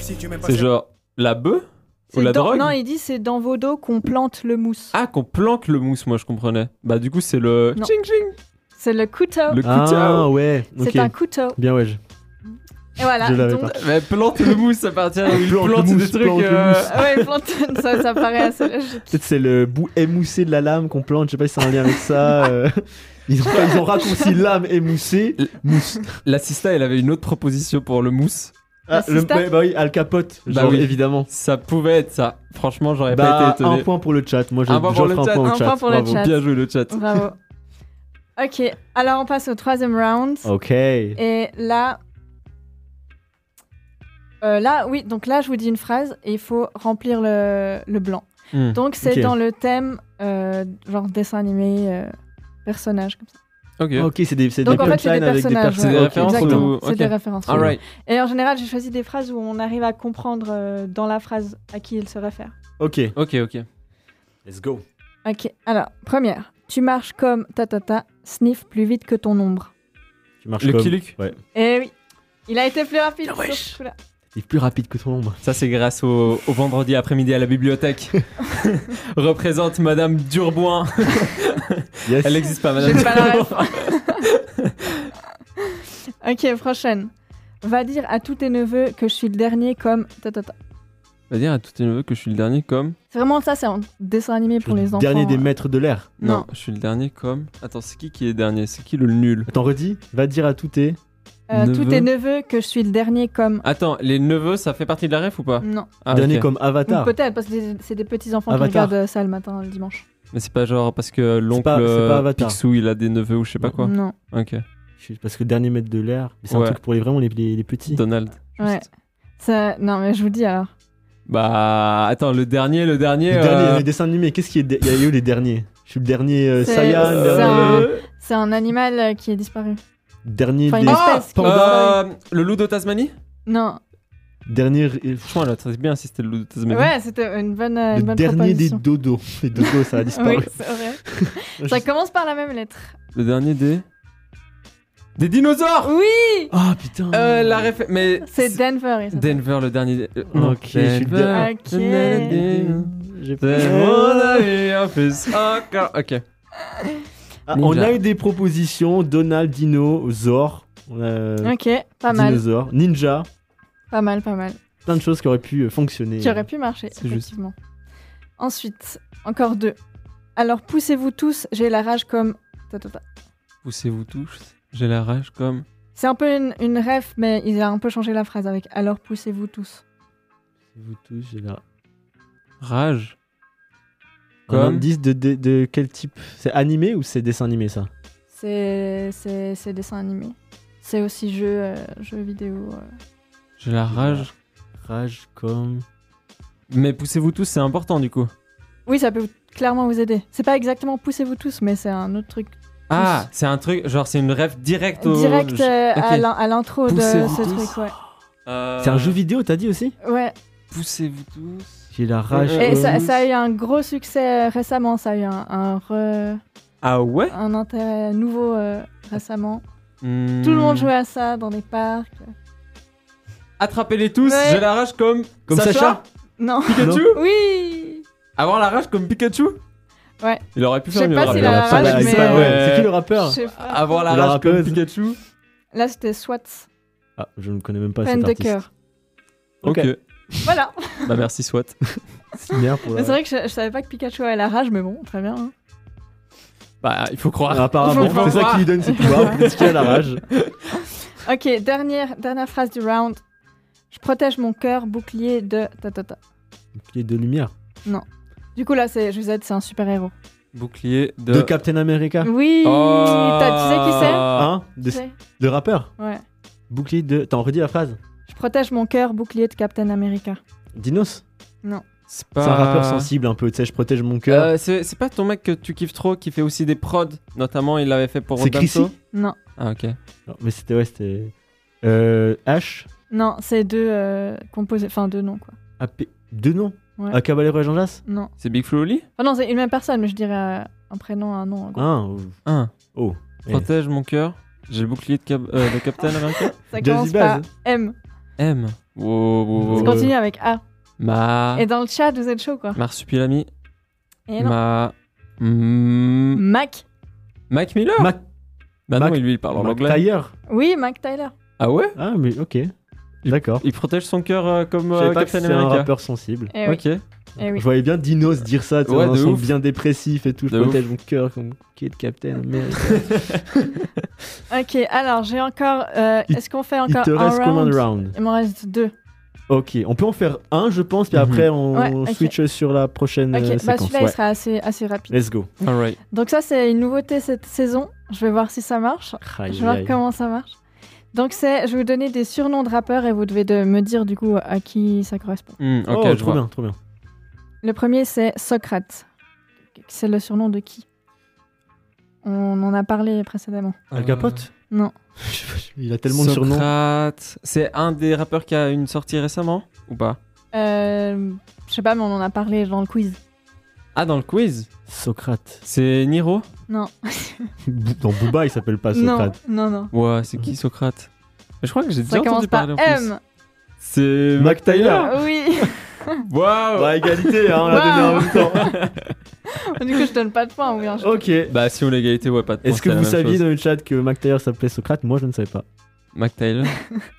Si tu m'aimes pas,
C'est genre la bœuf ou
C'est
la
dans-
drogue
Non, il dit c'est dans vos dos qu'on plante le mousse.
Ah, qu'on planque le mousse, moi je comprenais. Bah, du coup, c'est le.
Non.
Ching, ching.
C'est le couteau.
Le
Ah
couteau.
ouais,
C'est
ok.
un couteau.
Bien ouais. je-
Et voilà.
Je l'avais
donc-
Mais plante le mousse, ça partir
[LAUGHS]
il
Plante
plante,
le mousse,
des trucs.
plante le
euh,
mousse.
Ah ouais, plante, [LAUGHS] ça, ça paraît assez logique.
Peut-être c'est le bout émoussé de la lame qu'on plante, je sais pas si c'est un lien avec ça.
[LAUGHS]
euh. Ils, ont, ils ont raccourci lame émoussée. Mousse.
La sista, elle avait une autre proposition pour le mousse.
Ah, le,
Assistant.
bah, bah oui, Al Capote,
Bah
genre,
oui.
évidemment.
Ça pouvait être ça. Franchement, j'aurais pas
Bah,
été
un
étonné.
point pour le chat. Moi, je,
Un point pour le
j'offre
chat,
un point au
un
chat.
point pour le
Bravo.
chat.
Bien joué le chat.
Bravo. Ok, alors on passe au troisième round.
Ok.
Et là. Euh, là, oui, donc là, je vous dis une phrase et il faut remplir le, le blanc.
Hmm.
Donc, c'est
Ok.
dans le thème, euh, genre dessin animé, euh, personnage, comme ça.
Ok.
Ah, ok, c'est des, c'est des
Donc en fait, c'est
punchlines
des
avec des
personnages.
C'est des
ouais.
références
Exactement,
ou-
c'est des
ok.
références.
All right.
Et en général, j'ai choisi des phrases où on arrive à comprendre euh, dans la phrase à qui il se réfère.
Ok,
Ok, ok.
let's go.
Ok, alors, première. Tu marches comme ta ta ta, sniff plus vite que ton ombre.
Tu marches
Le
comme-
Kiluk,
Eh oui, il a été plus rapide
Ah
sur
wesh.
ce coup-là.
T'es plus rapide que ton ombre.
ça c'est grâce au, au vendredi après-midi à
[LAUGHS]
la bibliothèque. Représente Madame Durboin.
Yes.
Elle n'existe pas, Madame
J'ai pas la
Durboin. [LAUGHS]
ref. ok, prochaine. Va dire à tous tes neveux que je suis le dernier comme ta ta ta.
On va dire à tous tes neveux que je suis le dernier comme.
C'est vraiment ça, c'est un dessin animé pour les enfants.
Dernier des maîtres de l'air.
Non.
je suis le dernier comme. Attends, c'est qui qui est dernier C'est qui le nul
Attends, redis. Va dire à tout tes.
Euh, tous
Neveux.
tes neveux que je suis le dernier comme.
Attends, les neveux, ça fait partie de la ref ou pas
Non.
Ah,
Dernier
ok.
comme
Ou
Avatar.
peut-être, parce que c'est- c'est des petits-enfants qui
Avatar.
regardent euh, ça le matin, le dimanche.
Mais c'est pas genre parce que l'oncle euh,
pas- c'est pas Avatar.
Picsou il a des neveux ou je sais pas quoi.
Non.
Ok.
Je sais- Parce que dernier maître de l'air, c'est
Ouais.
un truc pour les vraiment les, les- les petits.
Donald. juste.
Ouais. Ça- Non, mais je vous dis alors.
Bah attends, le dernier, le dernier.
Les
euh,
derniers, les dessins animés, qu'est-ce qui est. de- Il y a eu les derniers Je suis le dernier euh,
C'est-
Saiyan,
c'est
dernier-
un- C'est un animal euh, qui est disparu.
dernier,
Enfin,
des-
une espèce. qui est disparue.
euh, le loup de Tasmanie
Non.
dernier, euh,
Franchement, elle a très bien si c'était le loup de Tasmanie.
Ouais, c'était une bonne, euh,
le
une bonne
dernier des
proposition.
dodos. [LAUGHS] Les dodos,
[LAUGHS]
ça a disparu.
Oui, c'est vrai.
[LAUGHS]
Ça commence par la même lettre.
Le dernier des. Des dinosaures
Oui
Ah putain.
Euh, la réf... Mais.
C'est Denver. il s'appelle.
Denver, le dernier. des- euh,
Ok, je suis le dernier.
Ok.
Eh, J'ai pas-
C'est mon ami en plus. Encore. Ok.
Ah, on
Ninja.
a eu des propositions Donald, Dino, Zor, on a-
Ok, pas mal.
Dinosaure, Ninja,
Pas mal, pas mal.
plein de choses qui auraient pu euh, fonctionner.
Qui aurait pu marcher,
C'est juste.
effectivement. Ensuite, encore deux. Alors poussez-vous tous, j'ai la rage comme. Ta, ta, ta.
Poussez-vous tous. J'ai la rage comme.
C'est un peu une, une ref, mais il a un peu changé la phrase avec alors poussez-vous tous.
Vous tous, j'ai là.
Rage.
Un
Comme-
indice de, de- de quel type C'est animé ou c'est dessin animé ça
C'est c'est- c'est dessin animé. C'est aussi jeu, euh, jeu vidéo. euh.
J'ai la rage.
Rage comme.
Mais poussez-vous tous, c'est important du coup.
Oui, ça peut vous- clairement vous aider. C'est pas exactement poussez-vous tous, mais c'est un autre truc
Ah, c'est un truc. Genre, c'est une rêve directe au.
direct euh,
ok.
à l'in- à l'intro de
Poussez-vous
ce
tous.
truc.
Euh,
C'est un jeu vidéo, t'as dit aussi
Ouais. ouais.
Poussez-vous tous.
J'ai la rage.
Euh,
Et
comme-
Eh, ça, ça a eu un gros succès euh, récemment. Ça a eu un, un re-
Ah ouais
un intérêt nouveau euh, récemment. Tout le
Hmm.
monde
jouait
jouait à ça dans les parcs.
Attrapez-les tous,
Ouais.
j'ai la rage comme,
Comme Sacha [LAUGHS]
Non.
Pikachu
Oui
Avoir la rage comme Pikachu
Ouais.
Il aurait pu
Je
faire
sais
mieux.
pas
le
s'il
rappeur.
a la
Ah, bah,
rage, mais.
c'est pas- ouais,
euh,
c'est qui le
je
rappeur
sais pas.
Avoir la
La
rage comme
rappeuse.
Pikachu
Là, c'était SWAT,
Ah, je ne connais même pas
peine
cet
de
artiste.
cœur.
[LAUGHS]
Ok.
Voilà.
bah merci SWAT.
C'est bien pour la-
Mais C'est vrai que je, je savais pas que Pikachu avait la rage, mais bon, très bien. hein.
Bah il faut croire.
Ah, apparemment,
Faut
c'est ça
voir.
qui lui donne ses pouvoirs. [LAUGHS] Parce qu'il a la rage.
Ok, dernière, dernière phrase du round. Je protège mon cœur, bouclier de ta ta ta.
Bouclier de lumière.
Du coup, là, c'est, je vous aide, c'est un super héros.
Bouclier de.
De Captain America.
Oui
Oh.
t'as-
Hein
Tu
de,
sais qui c'est Tu
de rappeur.
sais Ouais.
Bouclier de. T'en redis la phrase
Je protège mon cœur, bouclier de Captain America.
Dinos
C'est pas.
C'est un rappeur sensible un peu, tu sais, je protège mon cœur.
Euh, c'est c'est pas ton mec que tu kiffes trop qui fait aussi des prods, notamment il l'avait fait pour
c'est Chrissy
Damso.
Non.
Ah ok.
Non, mais c'était, ouais, c'était. Euh, H,
Non, c'est deux euh, composés. Enfin, deux noms, quoi.
AP, deux noms
Ouais.
Ah, Caballero et Jean Jass
Non.
C'est Big Flo Oli
Enfin, non, c'est une même personne, mais je dirais euh, un prénom, un nom. en gros.
Hein
Un.
Oh. Eh.
Protège mon cœur. J'ai le bouclier de, cap euh, de Captain America.
Ça
Jazzy
commence
Bass.
par M.
[LAUGHS] M. Wow, wow,
Ça
wow.
Euh.
continue avec A.
Ma.
Et dans le chat, vous êtes chaud, quoi.
Marsupilami.
Et non.
Ma. Mm.
Mac.
Mac Miller
Mac,
Bah non,
Mac-
lui, il parle en
Mac
anglais.
Tyler
Oui, Mac Tyler.
Ah ouais
Ah, mais ok. D'accord.
Il protège son cœur euh, comme
Je
euh,
savais pas que
Captain
c'était un
America.
rappeur sensible.
Eh oui.
Ok.
Eh oui.
Je voyais bien Dinos dire ça, tu sais,
Ouais,
dans un
de
son
ouf.
bien dépressif et tout. Je
De
protège mon cœur comme qui est de Captain America.
Ok, alors j'ai encore. euh,
Il-
Est-ce qu'on fait
Il
encore
te
un
reste
round
combien de rounds
Il m'en reste deux.
Ok, on peut en faire un, je pense, puis
Mhm.
après on
Ouais, ok.
switch sur la prochaine
Ok,
euh,
bah
séquence.
celui-là il
Ouais.
sera assez, assez rapide.
Let's go.
Alright.
Donc, ça, c'est une nouveauté cette saison. Je vais voir si ça marche.
Aïe,
Je vais voir
aïe.
comment ça marche. Donc, c'est. Je vais vous donner des surnoms de rappeurs et vous devez de me dire du coup à qui ça correspond.
Hmm, ok,
oh,
je
trop
vois.
bien, trop bien.
Le premier, c'est Socrate. C'est le surnom de qui On en a parlé précédemment.
Al Capote
Non.
[LAUGHS] Il a tellement de surnoms.
Euh, Socrate. C'est un des rappeurs qui a une sortie récemment ou pas
Euh, je sais pas, mais on en a parlé dans le quiz.
Ah, dans le quiz
Socrate.
C'est Niro
Non.
Bou- Dans Booba, il s'appelle
Ah,
pas Socrate.
Non, non, non.
Ouais, c'est qui Socrate Je crois que j'ai
Ça
déjà
commence
entendu
par
parler en plus.
M.
C'est
Mac Taylor.
Oui. [LAUGHS]
Waouh
Bah, égalité, hein, on l'a donné en même
[LAUGHS]
temps.
du coup, je donne pas de points ou bien. je-
Ok.
Bah, si on l'égalité, ouais, pas de
Est-ce que
points, c'est
vous
la même
saviez
chose.
dans le chat que Mac Taylor s'appelait Socrate Moi, je ne savais pas.
Mac Taylor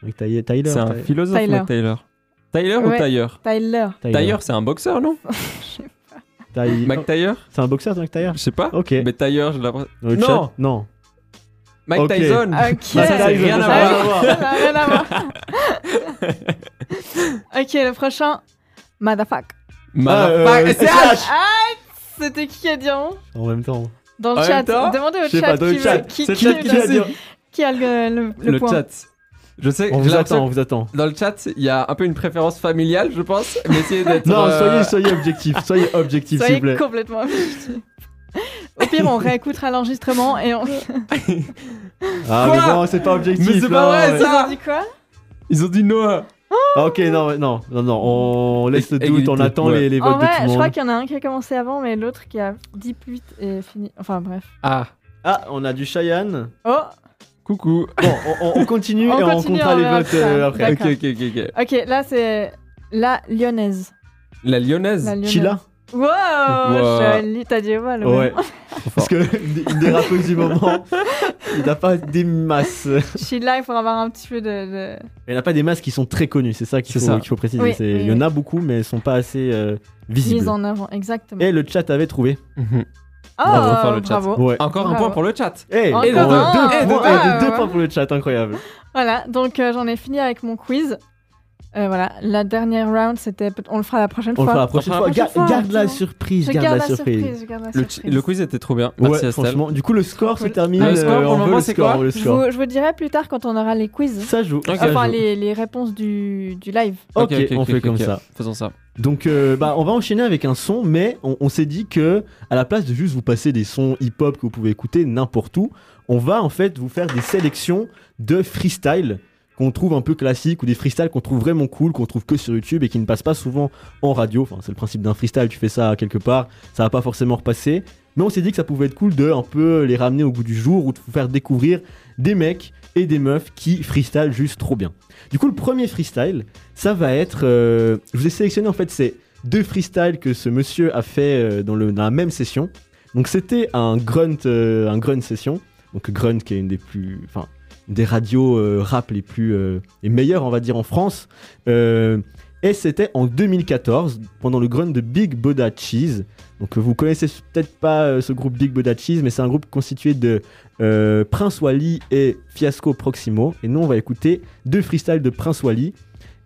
Mac Taylor. Taylor,
C'est un
Taylor.
philosophe,
Tyler.
Mac Taylor. Tyler ou
Ouais.
Tailleur
Tyler.
Tailleur, c'est un boxeur, non
Taylor.
Mac Tailleur
C'est un boxeur, Mac Taylor
Je sais pas.
Ok.
Mais Tailleur, je l'apprends.
Dans le
Non.
chat Non.
Mike
Ok.
Ok.
Tyson Bah, ça, c'est rien à
Ah
voir.
oui, [LAUGHS] ça n'a rien à voir. [LAUGHS] ok, le prochain. Motherfuck.
Ma-
Ah, euh,
Fuck,
c'est
Bah,
[LAUGHS]
c'est H
Ah, c'était qui qui a dit non
En même temps.
Dans le
En
chat.
même temps,
Demandez au
je sais
chat,
pas, dans le
qui,
chat.
veut- qui,
C'est le
qui
chat
veut
qui
dire-
a dit.
qui a le, le- le
Le
point.
chat. Je
On
sais, j'ai
vous
l'impression
attend, on vous attend.
que Dans le chat, il y a un peu une préférence familiale, je pense.
[LAUGHS]
Mais essayez d'être.
Non,
euh,
soyez, soyez objectif, soyez objectif, s'il vous
Soyez
plaît.
complètement [LAUGHS] objectifs. Au pire, on réécoutera l'enregistrement et on. [LAUGHS]
Ah, mais
Quoi
bon, c'est pas objectif.
Mais c'est
là,
pas vrai,
ouais.
Ils
Ça
ont dit quoi
Ils ont dit Noah
Ah, Ok, non, ouais, non, non, non, on laisse le
Et-
doute, on
égalité,
attend
ouais.
les, les votes
En
de tout
vrai,
le
je
monde.
crois qu'il y en a un qui a commencé avant, mais l'autre qui a dit pute et fini. Enfin bref.
Ah,
Ah, on a du Cheyenne.
Oh
coucou
Bon, on, on- on continue
On
et on
continue,
comptera
on
les
verra
votes
plus tard.
euh, après.
Ok,
D'accord.
ok, ok, ok.
Ok, là c'est la lyonnaise.
La lyonnaise
La lyonnaise.
Chila
Wow,
Wow.
joli, t'as dit wow, le
Ouais.
[LAUGHS] moment.
Parce que une des rappeuses du
[LAUGHS]
moment, il n'a pas des masses.
Sheila, il faut avoir un petit peu de. de-
Il n'a pas des masses qui sont très connues, c'est ça qu'il
C'est
faut,
ça.
qu'il faut préciser.
Oui,
C'est-
oui,
il y en
oui.
a beaucoup, mais elles sont pas assez euh, visibles.
mise en avant, exactement.
Et le chat avait trouvé.
oh,
Mhm. Bravo, faire le chat.
bravo.
Ouais.
[LAUGHS] Encore un
Bravo.
point pour le chat
Hey,
Encore
et deux,
un.
Eh, deux
Et deux
points,
points.
deux- deux points pour le chat, incroyable.
Voilà, donc euh, j'en ai fini avec mon quiz. Euh, voilà, la dernière round, c'était. peut- On le fera la prochaine
On le
fois.
fera la prochaine
fera
fois.
la prochaine
Ga-
fois,
Garde la
absolument.
surprise,
Je
garde la surprise.
je garde la
le,
surprise.
ch- le quiz était trop bien. Merci
Ouais,
Estelle.
franchement, du coup, le score
Cool.
se termine.
Ah, le score,
euh,
pour
on
le
veut
moment,
le
c'est
score,
quoi
on veut le
Je
score.
vous, je vous dirai plus tard quand on aura les quiz.
Ça joue.
Ok.
ça
Enfin,
joue.
les, les réponses du, du live.
Ok, on fait
ok,
comme
ok.
ça.
Faisons ça.
Donc, euh, bah, on va enchaîner avec un son, mais on, on s'est dit que, à la place de juste vous passer des sons hip-hop que vous pouvez écouter n'importe où, on va en fait vous faire des sélections de freestyle qu'on trouve un peu classique ou des freestyles qu'on trouve vraiment cool, qu'on trouve que sur YouTube et qui ne passent pas souvent en radio. Enfin, c'est le principe d'un freestyle, tu fais ça quelque part, ça va pas forcément repasser. Mais on s'est dit que ça pouvait être cool de un peu les ramener au goût du jour ou de vous faire découvrir des mecs et des meufs qui freestyle juste trop bien. Du coup, le premier freestyle, ça va être. euh, je vous ai sélectionné en fait ces deux freestyles que ce monsieur a fait euh, dans, le, dans la même session. Donc c'était un grunt, euh, un grunt session. Donc grunt qui est une des plus, enfin une des radios euh, rap les plus euh, les meilleures on va dire en France. Euh, et c'était en 2014 pendant le grunt de Big Boda Cheese. Donc euh, vous connaissez peut-être pas euh, ce groupe Big Boda Cheese, mais c'est un groupe constitué de euh, Prince Wally et Fiasco Proximo. Et nous on va écouter deux freestyles de Prince Wally.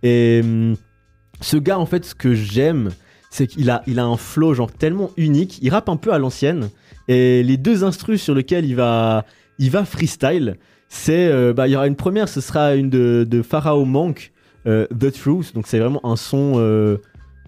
Et hum, ce gars, en fait, ce que j'aime, c'est qu'il a, il a un flow genre tellement unique. Il rappe un peu à l'ancienne. Et les deux instrus sur lesquels il va, il va freestyle, c'est, euh, bah, il y aura une première, ce sera une de, de Pharaoh Monk, euh, The Truth. Donc c'est vraiment un son euh,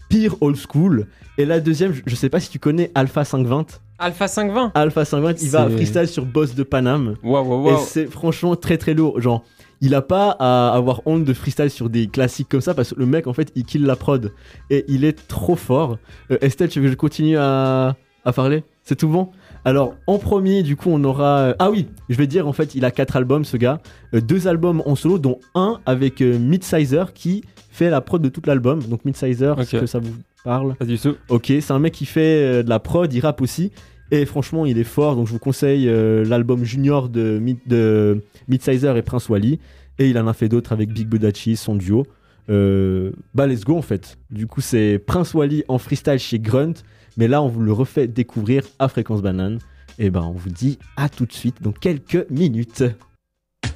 pire old school. Et la deuxième, je, je sais pas si tu connais Alpha 520.
Alpha 520.
Alpha 520, il va
C'est-
freestyle sur Boss de Paname.
Waouh, waouh,
Et
waouh.
c'est franchement très très lourd. Genre, il a pas à avoir honte de freestyle sur des classiques comme ça parce que le mec en fait il kill la prod et il est trop fort. Euh, Estelle, tu veux que je continue à, à parler C'est tout bon alors, en premier, du coup, on aura. Ah oui, je vais dire, en fait, il a quatre albums, ce gars. Euh, deux albums en solo, dont un avec euh, Midsizer qui fait la prod de tout l'album. Donc, Midsizer, est-ce
Ok.
que ça vous parle
Pas du tout.
Ok, c'est un mec qui fait euh, de la prod, il rappe aussi. Et franchement, il est fort, donc je vous conseille euh, l'album junior de, Mid de Midsizer et Prince Wally. Et il en a fait d'autres avec Big Budachi, son duo. Euh, bah, let's go en fait. Du coup, c'est Prince Wally en freestyle chez Grunt. Mais là, on vous le refait découvrir à Fréquence Banane. Et ben, on vous dit à tout de suite dans quelques minutes.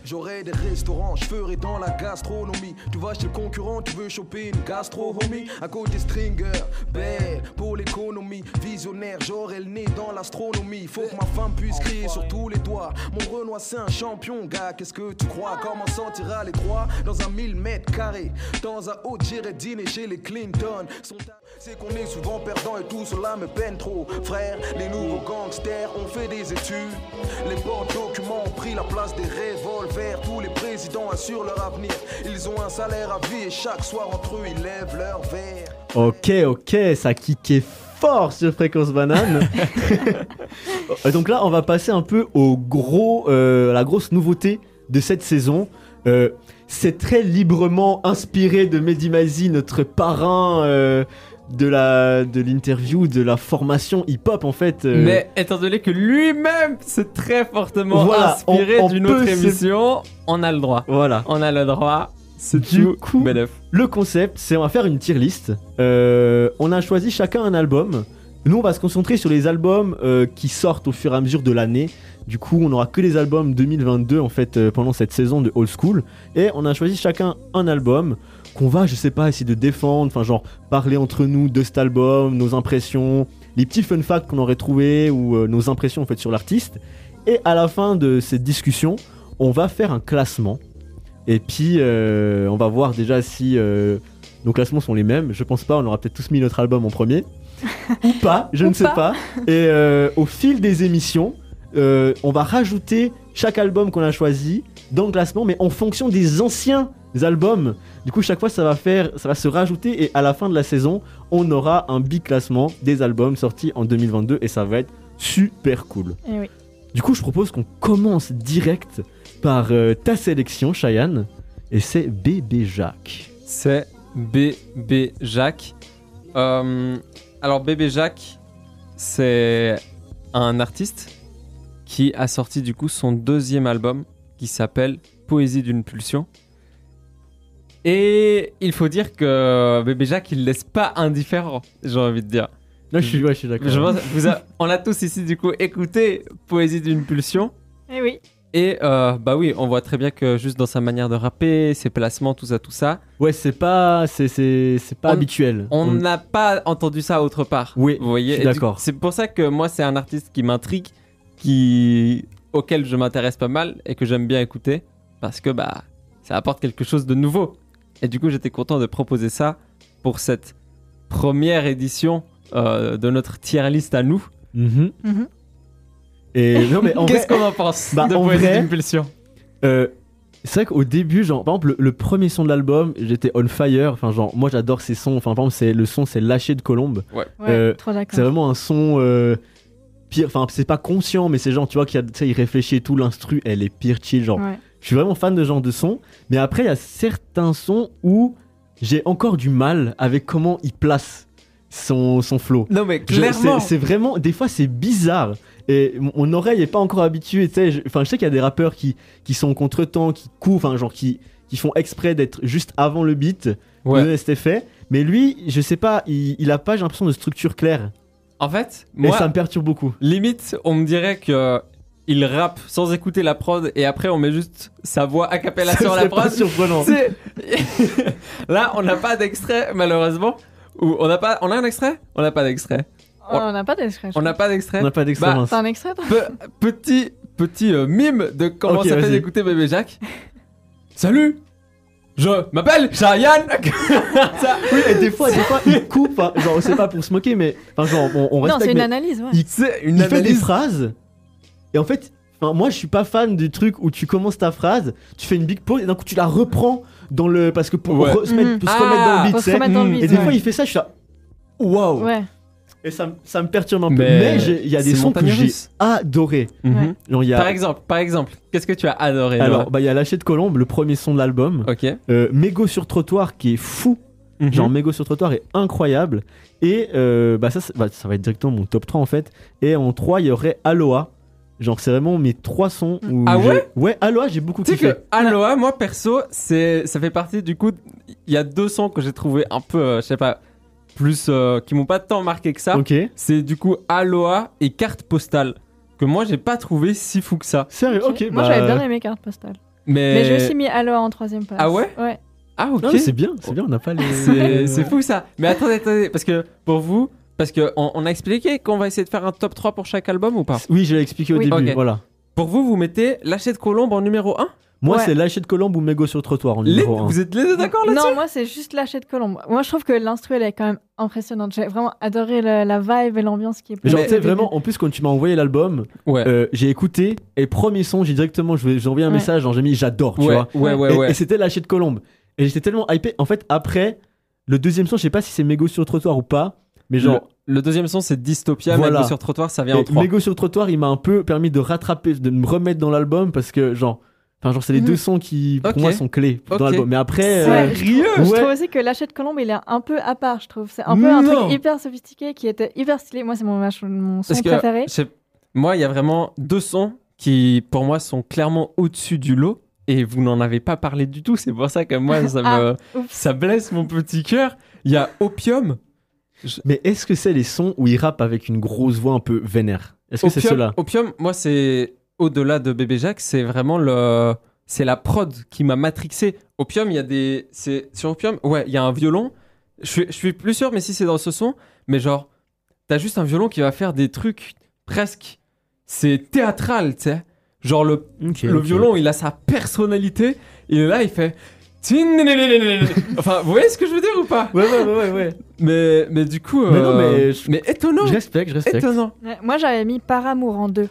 J'aurai des restaurants, je ferai dans la gastronomie. Tu vas chez le concurrent, tu veux choper une gastro homie. À côté stringer, belle pour l'économie. Visionnaire, j'aurai le nez dans l'astronomie. Faut que ma femme puisse crier sur tous les doigts. Mon Renoir, c'est un champion, gars. Qu'est-ce que tu crois Comment sentira les trois dans un 1000 mètres carrés Dans un haut, j'irai dîner chez les Clinton. Son ta- C'est qu'on est souvent perdant et tout cela me peine trop. Frère, les nouveaux gangsters ont fait des études. Les portes documents ont pris la place des revolvers. Tous les présidents assurent leur avenir. Ils ont un salaire à vie et chaque soir entre eux ils lèvent leur verre.
Ok, ok, ça kickait fort sur Fréquence Banane. Euh, Donc là, on va passer un peu au gros, euh, à la grosse nouveauté de cette saison. Euh, c'est très librement inspiré de Medimazi, notre parrain euh, de la de l'interview, de la formation hip-hop en fait. euh,
Mais étant donné que lui-même s'est très fortement
Voilà,
inspiré
on- on
d'une
peut
autre
se-
émission, on a le droit.
Voilà.
On a le droit. C'est
Du
tout
coup-
bénef.
Le concept, c'est on va faire une tier list. Euh, on a choisi chacun un album. Nous, on va se concentrer sur les albums euh, qui sortent au fur et à mesure de l'année. Du coup, on n'aura que les albums 2022 en fait euh, pendant cette saison de Old School. Et on a choisi chacun un album qu'on va, je sais pas, essayer de défendre. Enfin, genre parler entre nous de cet album, nos impressions, les petits fun facts qu'on aurait trouvé ou euh, nos impressions en fait sur l'artiste. Et à la fin de cette discussion, on va faire un classement. Et puis, euh, on va voir déjà si euh, nos classements sont les mêmes. Je pense pas, on aura peut-être tous mis notre album en premier. Ou pas, je
Ou
ne sais
pas.
pas. Et euh, au fil des émissions, euh, on va rajouter chaque album qu'on a choisi dans le classement, mais en fonction des anciens albums. Du coup, chaque fois, ça va, faire, ça va se rajouter. Et à la fin de la saison, on aura un biclassement des albums sortis en 2022. Et ça va être super cool.
Eh oui.
Du coup, je propose qu'on commence direct par euh, ta sélection, Cheyenne. Et c'est Bébé Jacques.
C'est Bébé Jacques. Euh, alors, Bébé Jacques, c'est un artiste qui a sorti du coup son deuxième album qui s'appelle Poésie d'une pulsion. Et il faut dire que Bébé Jacques, il laisse pas indifférent, j'ai envie de dire.
Là, je suis, ouais, je suis d'accord.
Je pense- vous a- on l'a tous ici du coup écouté Poésie d'une pulsion.
Eh oui.
Et euh, bah oui, on voit très bien que juste dans sa manière de rapper, ses placements, tout ça, tout ça,
Ouais, c'est pas, c'est, c'est, c'est pas
On-
habituel.
on n'a pas entendu ça autre part.
Mm. Oui,
vous voyez.
je suis
Et du-
d'accord.
C'est pour ça que moi, c'est un artiste qui m'intrigue, qui auquel je m'intéresse pas mal et que j'aime bien écouter parce que bah ça apporte quelque chose de nouveau. Et du coup, j'étais content de proposer ça pour cette première édition euh, de notre tier list à nous.
Mhm.
Mhm.
Et non, mais en
Qu'est-ce
vrai,
qu'on en pense
Bah,
de
en
Poésie
vrai-
d'impulsion
euh, c'est vrai qu'au début, genre, par exemple, le, le premier son de l'album, j'étais on fire. Enfin, genre, moi, j'adore ces sons. Enfin, par exemple, c'est, le son, c'est Lâcher de Colombe.
Ouais,
Euh,
trop
C'est
d'accord.
vraiment un son euh, pire. Enfin, c'est pas conscient, mais c'est genre, tu vois, qu'il y a- tu sais, il réfléchit et tout. L'instru, elle est pire chill. Genre,
Ouais.
je suis vraiment fan de ce genre de son. Mais après, il y a certains sons où j'ai encore du mal avec comment il place son, son flow.
Non mais
Je-
clairement.
c'est- C'est vraiment, des fois c'est bizarre. Et mon- mon oreille est pas encore habituée, tu sais. je- Enfin, je sais qu'il y a des rappeurs qui, qui sont en contre-temps, qui couvent, enfin, genre qui, qui font exprès d'être juste avant le beat,
Ouais.
de cet effet. Mais lui, je sais pas, il, il a pas, j'ai l'impression, de structure claire.
En fait, moi,
et ça me perturbe beaucoup.
limite, on me dirait que il rappe sans écouter la prod et après on met juste sa voix a
[LAUGHS]
cappella
Ça
sur la
serait pas
prod.
surprenant.
C'est- [LAUGHS] Là, on n'a pas d'extrait malheureusement. Ou on n'a pas, on a un extrait On n'a pas d'extrait.
Oh, on n'a pas d'extrait. je
On n'a
crois.
pas
On
d'extrait.
n'a pas d'extra
Bah,
mince.
T'as un extrait toi
Pe- petit petit euh, mime de comment
Ok,
ça fait
vas-y.
d'écouter bébé Jacques. Salut, je m'appelle [LAUGHS] Cheyenne. Ça-
Oui, et des fois, des fois, il coupe. hein. Genre, c'est pas pour se moquer, mais enfin, genre, on, on
Non,
respecte.
c'est une
mais
analyse, ouais.
il-
C'est une
il fait des
analyse.
phrases. Et en fait, enfin, moi, je suis pas fan du truc où tu commences ta phrase, tu fais une big pause et d'un coup, tu la reprends dans le parce que pour
Ouais.
re- se, mettre-
Mhm.
pour se remettre dans
Ah,
le beat.
Faut
tu
se
sais.
remettre dans le
Mm.
vide.
Et des
ouais.
fois, il fait ça, je suis là. Waouh!
Ouais.
Et ça, me- ça me perturbe un peu.
Mais
Mais j'ai- il y a des
c'est
sons que
montagne
j'ai
russe.
adoré.
Mhm.
Genre, il y a-
Par exemple, par exemple, qu'est-ce que tu as adoré Laura
alors, bah, il y a Lâcher de Colombe, le premier son de l'album.
ok.
Euh, Mégo sur trottoir qui est fou.
Mhm.
Genre Mégo sur trottoir est incroyable. Et euh, bah ça, c'est- bah, ça va être directement mon top 3 en fait. Et en 3, il y aurait Aloha. Genre c'est vraiment mes 3 sons. Où
Ah
j'ai-
ouais
Ouais, Aloha, j'ai beaucoup
Tu sais
kiffé.
que Aloha, moi perso, c'est ça fait partie du coup. Il y a deux sons que j'ai trouvé un peu, euh, je sais pas, plus euh, qui m'ont pas tant marqué que ça.
Ok.
C'est du coup Aloha et carte postale que moi j'ai pas trouvé si fou que ça.
Sérieux, ok.
Ok. Moi
bah, euh,
j'avais bien aimé carte postale.
Mais,
Mais j'ai aussi mis Aloha en troisième place.
Ah ouais
Ouais.
ah ok.
Non, mais c'est bien, c'est bien, on n'a pas les. [LAUGHS]
C'est c'est fou ça. Mais attendez, attendez, parce que pour vous, parce que on, on a expliqué qu'on va essayer de faire un top 3 pour chaque album ou pas
Oui, je l'ai expliqué au
Oui.
début,
Ok.
voilà.
Pour vous, vous mettez Lâcher de Colombe en numéro 1
Moi,
Ouais.
c'est lâcher de colombe ou mégot sur trottoir en
Les-
numéro 1.
Vous êtes les deux d'accord là-dessus
Non, moi, c'est juste lâcher de colombe. Moi, je trouve que l'instru, elle est quand même impressionnante. J'ai vraiment adoré le- la vibe et l'ambiance qui est
Genre,
posée
tu sais,
au début.
vraiment, en plus, quand tu m'as envoyé l'album,
Ouais.
euh, j'ai écouté et premier son, j'ai directement, je vais- j'ai envoyé un
Ouais.
message, genre, j'ai mis j'adore, tu
ouais,
vois.
ouais, ouais,
Et-
ouais.
Et, c'était lâcher de colombe. Et j'étais tellement hypé. En fait, après, le deuxième son, je sais pas si c'est mégot sur trottoir ou pas, mais genre,
le, le deuxième son, c'est Dystopia, mais
Voilà.
Mégo sur trottoir, ça vient en
Et
3.
Mégo sur trottoir, il m'a un peu permis de rattraper, de me remettre dans l'album parce que genre, enfin genre c'est les
Mhm.
deux sons qui pour
Ok.
moi sont clés
Ok.
dans l'album. Mais après, euh,
Ouais, je trouve- Je
ouais.
trouve aussi que l'achat de Colombe, il est un peu à part, je trouve. C'est un peu un
Non.
truc hyper sophistiqué qui était hyper stylé. Moi, c'est mon, mach- mon son
Parce que
préféré.
je sais- moi, il y a vraiment deux sons qui, pour moi, sont clairement au-dessus du lot. Et vous n'en avez pas parlé du tout. C'est pour ça que moi, ça me,
Ah, oups.
ça blesse mon petit cœur. Il y a Opium.
mais est-ce que c'est les sons où il rappe avec une grosse voix un peu vénère Est-ce que c'est
Opium-
cela
Opium, moi, c'est au-delà de Bébé Jacques, c'est vraiment le. C'est la prod qui m'a matrixé. Opium, il y a des. C'est sur Opium, ouais, il y a un violon. Je suis, je suis plus sûr, mais si c'est dans ce son, mais genre, t'as juste un violon qui va faire des trucs presque. C'est théâtral, tu sais. Genre, le, le violon, il a sa personnalité. Il est là, il fait. [LAUGHS] Enfin, vous voyez ce que je veux dire ou pas
Ouais ouais ouais ouais. ouais.
mais, mais du coup.
Mais non,
euh,
mais je-
mais étonnant
Je respecte, je respecte.
Étonnant
Ouais, Moi, j'avais mis Par amour en deux. En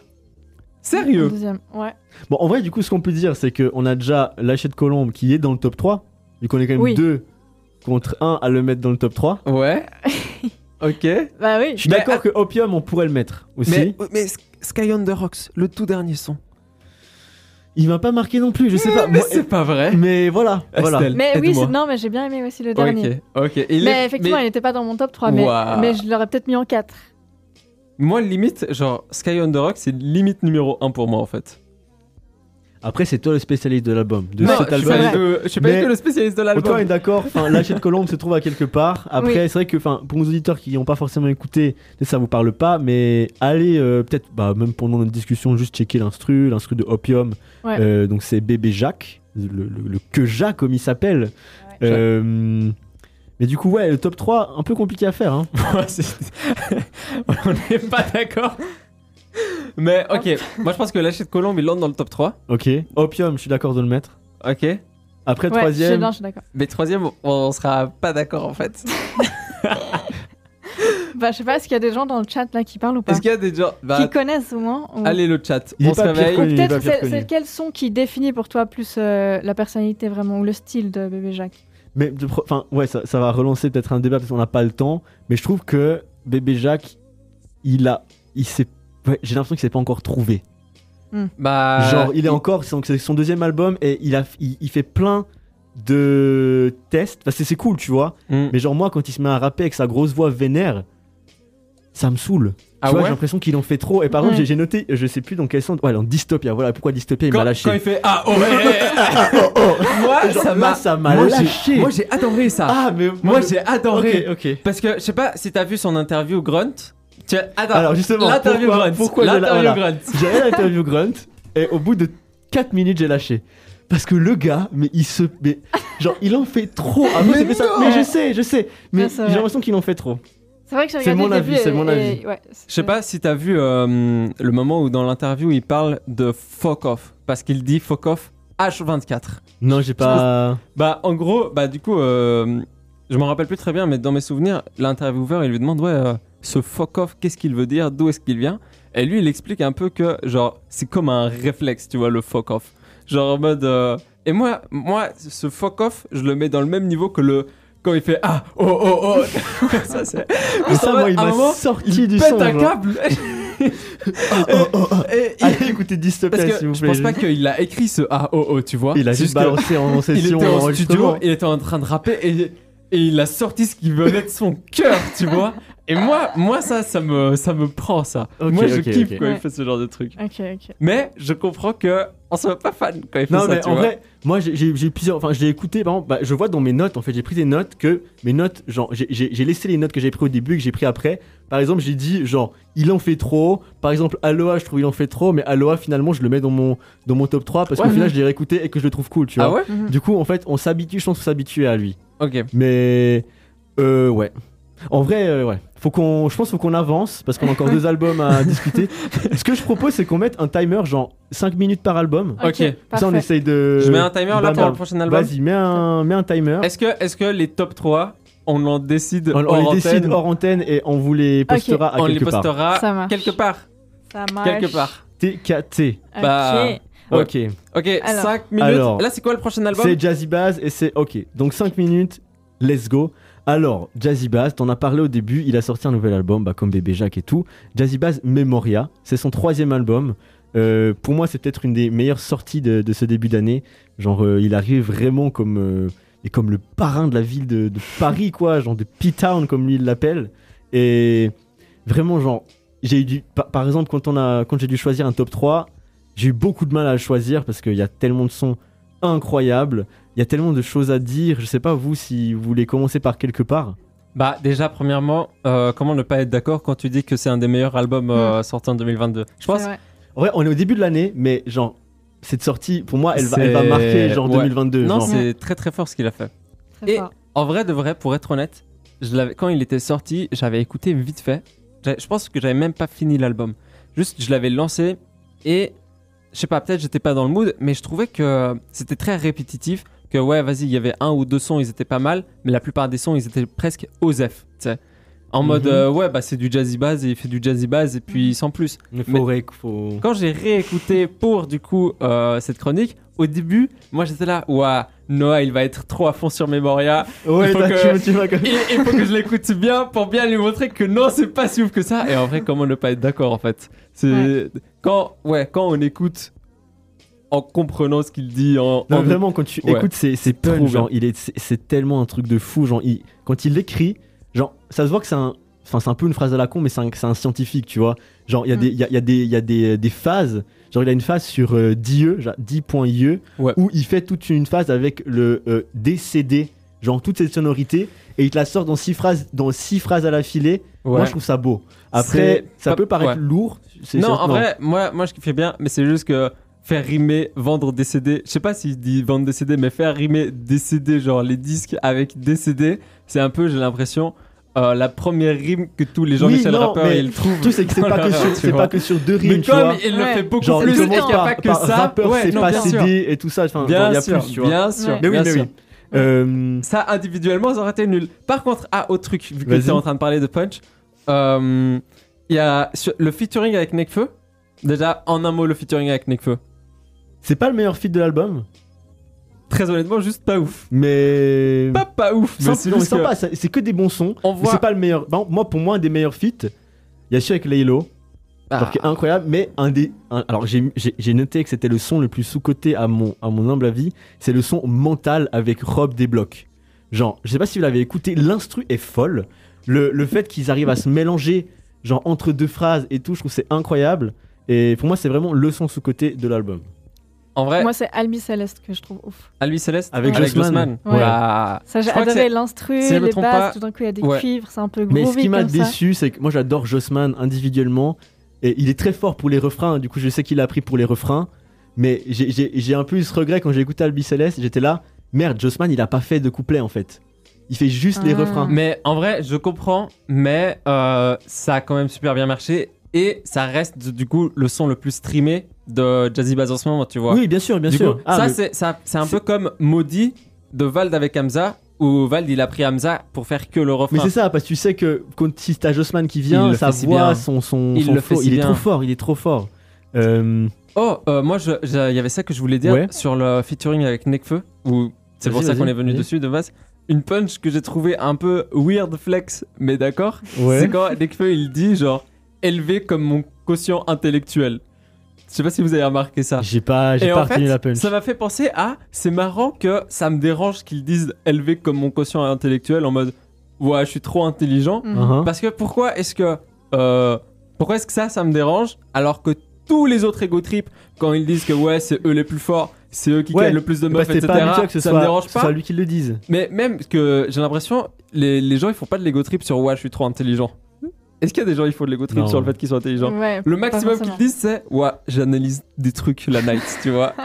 Sérieux
deuxième. Ouais.
Bon, en vrai, du coup, ce qu'on peut dire, c'est qu'on a déjà lâché de Colombe qui est dans le top 3, vu qu'on est quand même
Oui.
deux contre un à le mettre dans le top 3.
[LAUGHS] Ouais. ok.
Bah oui.
Je suis
Mais-
d'accord que Opium, on pourrait le mettre aussi.
Mais, Oh, mais S- Sky on the Rocks, le tout dernier son.
Il m'a pas marqué non plus, je sais pas.
Mais
Moi-
c'est pas vrai.
mais voilà, voilà.
Estelle,
Mais oui,
aide-moi.
c'est- non, mais j'ai bien aimé aussi le dernier.
Ok, ok. Et les-
Mais effectivement, il n'était pas dans mon top 3, mais,
Ouah.
mais je l'aurais peut-être mis en 4.
moi, limite, genre, Sky on the Rocks, c'est limite numéro 1 pour moi en fait.
Après, c'est toi le spécialiste de l'album, de
non,
cet
je suis pas,
album.
du tout- je suis pas
Mais-
du tout le spécialiste de
Autant on est
l'album.
d'accord, enfin, lâcher de colombe se trouve à quelque part. Après,
Oui.
c'est vrai que enfin, pour nos auditeurs qui n'ont pas forcément écouté, peut-être ça vous parle pas, mais allez euh, peut-être, bah, même pendant notre discussion, juste checker l'instru, l'instru de Opium.
Ouais.
Euh, donc c'est Bébé Jacques, le, le- le que Jacques comme il s'appelle.
Ouais.
Euh, mais du coup, ouais, le top 3, un peu compliqué à faire. Hein.
Moi, [LAUGHS] c'est- on n'est pas d'accord. Mais ok, moi je pense que lâcher de Colombe, il l'entre dans le top 3.
Ok. Opium, je suis d'accord de le mettre.
Ok.
Après,
Ouais, je,
troisième.
non, je suis d'accord.
Mais troisième, on sera pas d'accord en fait.
Bah, je sais pas, est-ce qu'il y a des gens dans le chat là qui parlent ou pas
Est-ce qu'il y a des gens. Bah,
Qui connaissent au moins ou-
allez, le chat,
Il est
on se
pas pire
réveille.
Ou
Oui, il est pas
peut-être
pire
c'est
connu.
c'est quel son qui définit pour toi plus euh, la personnalité vraiment ou le style de Bébé Jacques
Mais de pro- enfin, ouais, ça, ça va relancer peut-être un débat parce qu'on n'a pas le temps. Mais je trouve que Bébé Jacques, il a, il s'est, ouais, j'ai l'impression qu'il s'est pas encore trouvé.
Bah,
Genre, il est encore, c'est donc c'est son deuxième album et il a, il, il fait plein de tests. Parce que c'est cool, tu vois.
Mm.
Mais genre moi, quand il se met à rapper avec sa grosse voix vénère, ça me saoule.
Ah
tu vois,
ouais
j'ai l'impression qu'il en fait trop. Et par contre,
Ouais.
j'ai- j'ai noté, je sais plus dans quel sens. Ouais, dans Dystopia. Voilà pourquoi Dystopia il m'a
quand,
lâché. oh,
quand il fait Ah, oh,
[LAUGHS]
eh, eh, eh. Moi,
Genre,
ça
là,
m'a
ça m'a
moi, j'ai-
lâché.
Moi, j'ai adoré ça.
Ah, mais
moi, j'ai adoré.
Ok, ok.
Parce que je sais pas si t'as vu son interview Grunt. Tu as- Attends,
Alors, justement,
l'interview
pourquoi-
Grunt.
pourquoi je l'ai-
l'interview
voilà.
Grunt.
J'ai regardé l'interview Grunt et au bout de 4 minutes j'ai lâché. Parce que le gars, mais il se. Mais, genre, il en fait trop. Ah, moi,
Mais
j'ai fait ça.
non
mais je sais, je sais. Mais
Ouais,
j'ai
c'est vrai.
l'impression qu'il en fait trop.
C'est vrai que j'ai
C'est
regardé
mon
le
avis,
début
c'est
et-
mon
et-
avis.
ouais,
Je sais pas si t'as vu euh, le moment où dans l'interview il parle de fuck off. Parce qu'il dit fuck off H24.
Non, j'ai pas.
Bah, en gros, bah, du coup, euh, je m'en rappelle plus très bien, mais dans mes souvenirs, l'intervieweur, il lui demande, ouais, euh, ce fuck off, qu'est-ce qu'il veut dire, d'où est-ce qu'il vient Et lui, il explique un peu que, genre, c'est comme un réflexe, tu vois, le fuck off. Genre en mode. euh, Et moi, moi, ce fuck off, je le mets dans le même niveau que le. Quand il fait Ah, oh, oh,
[LAUGHS]
oh. ça, c'est.
Mais ça,
En fait,
moi, il
à un
m'a
moment,
sorti
il
du
pète
son,
un
genre.
câble. Et- et-
Allez, écoutez
parce
Dystopia,
que
s'il vous
je
plaît.
pense pas qu'il a écrit ce Ah, oh, oh, tu vois.
Il a
C'est
juste
que-
balancé en
il
session.
était en
enregistrement.
studio, il était en train de rapper et, et il a sorti ce qui venait de son cœur, tu vois. Et moi, moi ça, ça me, ça me prend ça.
Ok,
moi, je
ok,
kiffe
ok.
quand il
Ouais.
fait ce genre de truc.
Ok, ok.
Mais je comprends que on soit pas fan quand il fait
Non,
ça,
mais
tu
en
vois.
vrai, moi j'ai- j'ai j'ai plusieurs. Enfin, je l'ai écouté, par exemple, bah, je vois dans mes notes, en fait, j'ai pris des notes que. Mes notes, genre, j'ai- j'ai j'ai laissé les notes que j'ai pris au début et que j'ai pris après. Par exemple, j'ai dit, genre, il en fait trop. Par exemple, Aloha, je trouve il en fait trop, mais Aloha, finalement, je le mets dans mon, dans mon top 3 parce qu'au
Ouais.
final, je l'ai réécouté et que je le trouve cool, tu
ah
vois.
ouais
Mhm.
Du coup, en fait, on s'habitue, je pense, on s'habitue à lui.
Ok.
Mais. Euh, ouais. En vrai, euh, ouais. Faut qu'on, je pense faut qu'on avance parce qu'on a
[LAUGHS]
encore deux albums à discuter. Ce que je propose, c'est qu'on mette un timer genre 5 minutes par album.
Ok. Ok,
Ça, on
parfait.
essaye de.
Je mets un timer, là,
Bah,
pour
bah,
le prochain album
Vas-y, mets un, mets un timer.
Est-ce que, est que les top 3, on en décide
On, on
hors Ah,
les décide
antenne
hors antenne et on vous les postera à
On les
quelque part.
postera
Ça marche.
quelque part.
Ça marche.
Quelque part.
TKT.
Ok.
Bah, Ouais.
Ok.
Ok,
Alors.
5 minutes.
Alors.
Là, c'est quoi le prochain album
C'est Jazzy Bass et c'est ok. Donc 5 minutes, let's go. Alors, Jazzy Bass, t'en as parlé au début, il a sorti un nouvel album, bah, comme Bébé Jacques et tout. Jazzy Bass Memoria, c'est son troisième album. Euh, pour moi, c'est peut-être une des meilleures sorties de, de ce début d'année. Genre, euh, il arrive vraiment comme, euh, et comme le parrain de la ville de, de Paris, quoi, genre de P-Town, comme lui il l'appelle. Et vraiment, genre, j'ai eu du. Par, par exemple, quand, on a- quand j'ai dû choisir un top 3, j'ai eu beaucoup de mal à le choisir parce qu'il y a tellement de sons incroyables. Il y a tellement de choses à dire. Je sais pas vous si vous voulez commencer par quelque part.
Bah, déjà, premièrement, euh, comment ne pas être d'accord quand tu dis que c'est un des meilleurs albums euh, sortis en 2022 Je
Mm.
pense.
C'est vrai.
En vrai, on est au début de l'année, mais genre cette sortie pour moi, elle va, elle va
C'est-
marquer genre
ouais.
2022.
Non,
genre.
c'est très très fort ce qu'il a fait.
Très
Et-
fort.
En vrai, de vrai, pour être honnête, je l'avais- quand il était sorti, j'avais écouté vite fait. J'avais- Je pense que j'avais même pas fini l'album. Juste, je l'avais lancé et je sais pas, peut-être j'étais pas dans le mood, mais je trouvais que c'était très répétitif. Que ouais, vas-y, il y avait un ou deux sons, ils étaient pas mal, mais la plupart des sons, ils étaient presque osef. Tu sais, en
Mhm.
Mm-hmm.
mode euh, ouais, bah c'est du jazzy bass, et il fait du jazzy bass et puis sans plus.
Mais faut
mais-
rec- faut-
Quand j'ai réécouté pour du coup euh, cette chronique, au début, moi j'étais là, ouah, Noah il va être trop à fond sur Memoria.
Ouais,
Il faut
t'as-
que-
tu, tu vas comme-
Il, il faut que je l'écoute bien pour bien lui montrer que non, c'est pas si ouf que ça. Et en vrai, comment ne pas être d'accord en fait C'est quand ouais, quand on écoute en comprenant ce qu'il dit en,
Non,
en-
vraiment, quand tu
Ouais.
écoutes ces, ces
trop
punchs,
bien.
genre, il est, c'est, c'est tellement un truc de fou. Genre, il- quand il écrit, genre, ça se voit que c'est un. Enfin, c'est un peu une phrase à la con, mais c'est un, c'est un scientifique, tu vois. Genre, il y a, des, il y a, il y a des, il y a des, des phases. Genre, il a une phase sur euh, DIE, genre, 10.ie,
Ouais.
où il fait toute une phase avec le euh, DCD, genre toute cette sonorité, et il te la sort dans six phrases, dans six phrases à la filée.
Ouais.
Moi, je trouve ça beau. Après,
C'est
ça
pas-
peut paraître
ouais.
lourd. c'est-
non,
c'est-
en vrai, moi, moi je kiffe bien, mais c'est juste que faire rimer vendre des CD, je sais pas s'il dit vendre des CD, mais faire rimer des CD, genre les disques avec des CD, c'est un peu, j'ai l'impression, euh, la première rime que tous les gens
Oui,
michel
non,
Rappeur
mais
ils trouvent.
Le truc, c'est que c'est
dans
pas,
leur
que sur,
rap, tu
c'est
vois.
pas que sur deux rimes,
Mais
tu
comme
vois.
il le
Ouais.
fait beaucoup
Genre,
plus,
il
et qu'il
commence
n'y a
par,
pas que
par
ça.
rappeur,
ouais,
c'est
non,
pas
bien sûr.
CD et tout ça. Enfin, genre,
Bien
il y a
sûr,
plus, tu vois.
bien sûr.
Ouais.
Mais oui,
bien
mais
sûr.
oui. Euh,
Ça, individuellement, ça aurait été nul. Par contre, ah, autre truc, vu que
Vas-y.
tu en train de parler de Punch, euh, il y a sur- le featuring avec Nekfeu. Déjà, en un mot, le featuring avec Nekfeu.
c'est pas le meilleur feat de l'album,
Très honnêtement, juste pas ouf.
mais.
Pas pas ouf, mais
Simple-
sinon,
mais sympa, ça- c'est que des bons sons.
On
mais
voit-
C'est pas le meilleur. Bah, moi, pour moi, un des meilleurs feats, il y a celui avec Laylo,
bah, Ah.
alors qui est incroyable, mais un des. un- alors, j'ai- j'ai j'ai noté que c'était le son le plus sous-coté à mon, à mon humble avis, c'est le son mental avec Rob Desblocs. Genre, je sais pas si vous l'avez écouté, l'instru est folle. Le, le fait qu'ils arrivent à se mélanger, genre entre deux phrases et tout, je trouve c'est incroyable. Et pour moi, c'est vraiment le son sous-coté de l'album.
En vrai,
Moi, c'est Albi Céleste que je trouve ouf.
à lui Céleste,
Avec Jossman.
Jossman.
Ouais.
Ah.
Ça, j'ai
Je crois que
adoré
c'est-
l'instru,
si je me
les
trompe
basses,
pas-
tout d'un coup, il y a des
Ouais.
cuivres, c'est un peu groovy
Mais ce qui m'a
comme ça.
déçu, c'est que moi j'adore Jossman individuellement et il est très fort pour les refrains. Du coup, je sais qu'il a pris pour les refrains, mais j'ai- j'ai j'ai un peu eu ce regret quand j'ai écouté Albi Céleste. J'étais là, merde, Jossman il a pas fait de couplet en fait. Il fait juste les
Ah.
refrains.
Mais en vrai, je comprends, mais euh, ça a quand même super bien marché. Et ça reste du coup le son le plus streamé de Jazzy Bass en ce moment, tu vois.
Oui, bien sûr, bien
Du
sûr.
coup,
Ah,
ça,
mais-
c'est, ça- c'est un
c'est-
peu comme Maudit de Vald avec Hamza, où Vald il a pris Hamza pour faire que le refrain.
mais c'est ça, parce que tu sais que quand si t'as Jossman qui vient,
Il le
sa
fait si
voix,
bien.
son, son,
Il
son
le fait
flow,
si
il est
bien.
trop fort, il est trop fort. Euh,
Oh, euh, moi, je- je- il y avait ça que je voulais dire
Ouais.
sur le featuring avec Nekfeu, où c'est pour
Vas-y,
ça qu'on
vas-y,
est venu
vas-y.
dessus de base. Une punch que j'ai trouvé un peu weird flex, mais d'accord. C'est
ouais.
quand Nekfeu il dit genre élevé comme mon quotient intellectuel. Je sais pas si vous avez remarqué ça.
J'ai pas, j'ai
Et
pas
en fait,
retenu la punch.
ça m'a fait penser à c'est marrant que ça me dérange qu'ils disent élevé comme mon quotient intellectuel en mode ouais je suis trop intelligent
Mhm.
Uhum.
parce que pourquoi est-ce que euh, pourquoi est-ce que ça ça me dérange alors que tous les autres ego trip quand ils disent que ouais c'est eux les plus forts c'est eux qui
Ouais,
gagnent le plus de meufs
Parce que t'es
etc
pas habitué que ce
ça
soit,
me dérange
que ce
pas
soit lui qui le dise.
mais même que j'ai l'impression les, les gens ils font pas de l'ego trip sur ouais je suis trop intelligent est-ce qu'il y a des gens qui font de l'ego trip
Non.
sur le fait qu'ils sont intelligents
Ouais,
le
pas
maximum
forcément.
qu'ils disent, c'est Ouais, j'analyse des trucs la night,
[LAUGHS]
tu vois.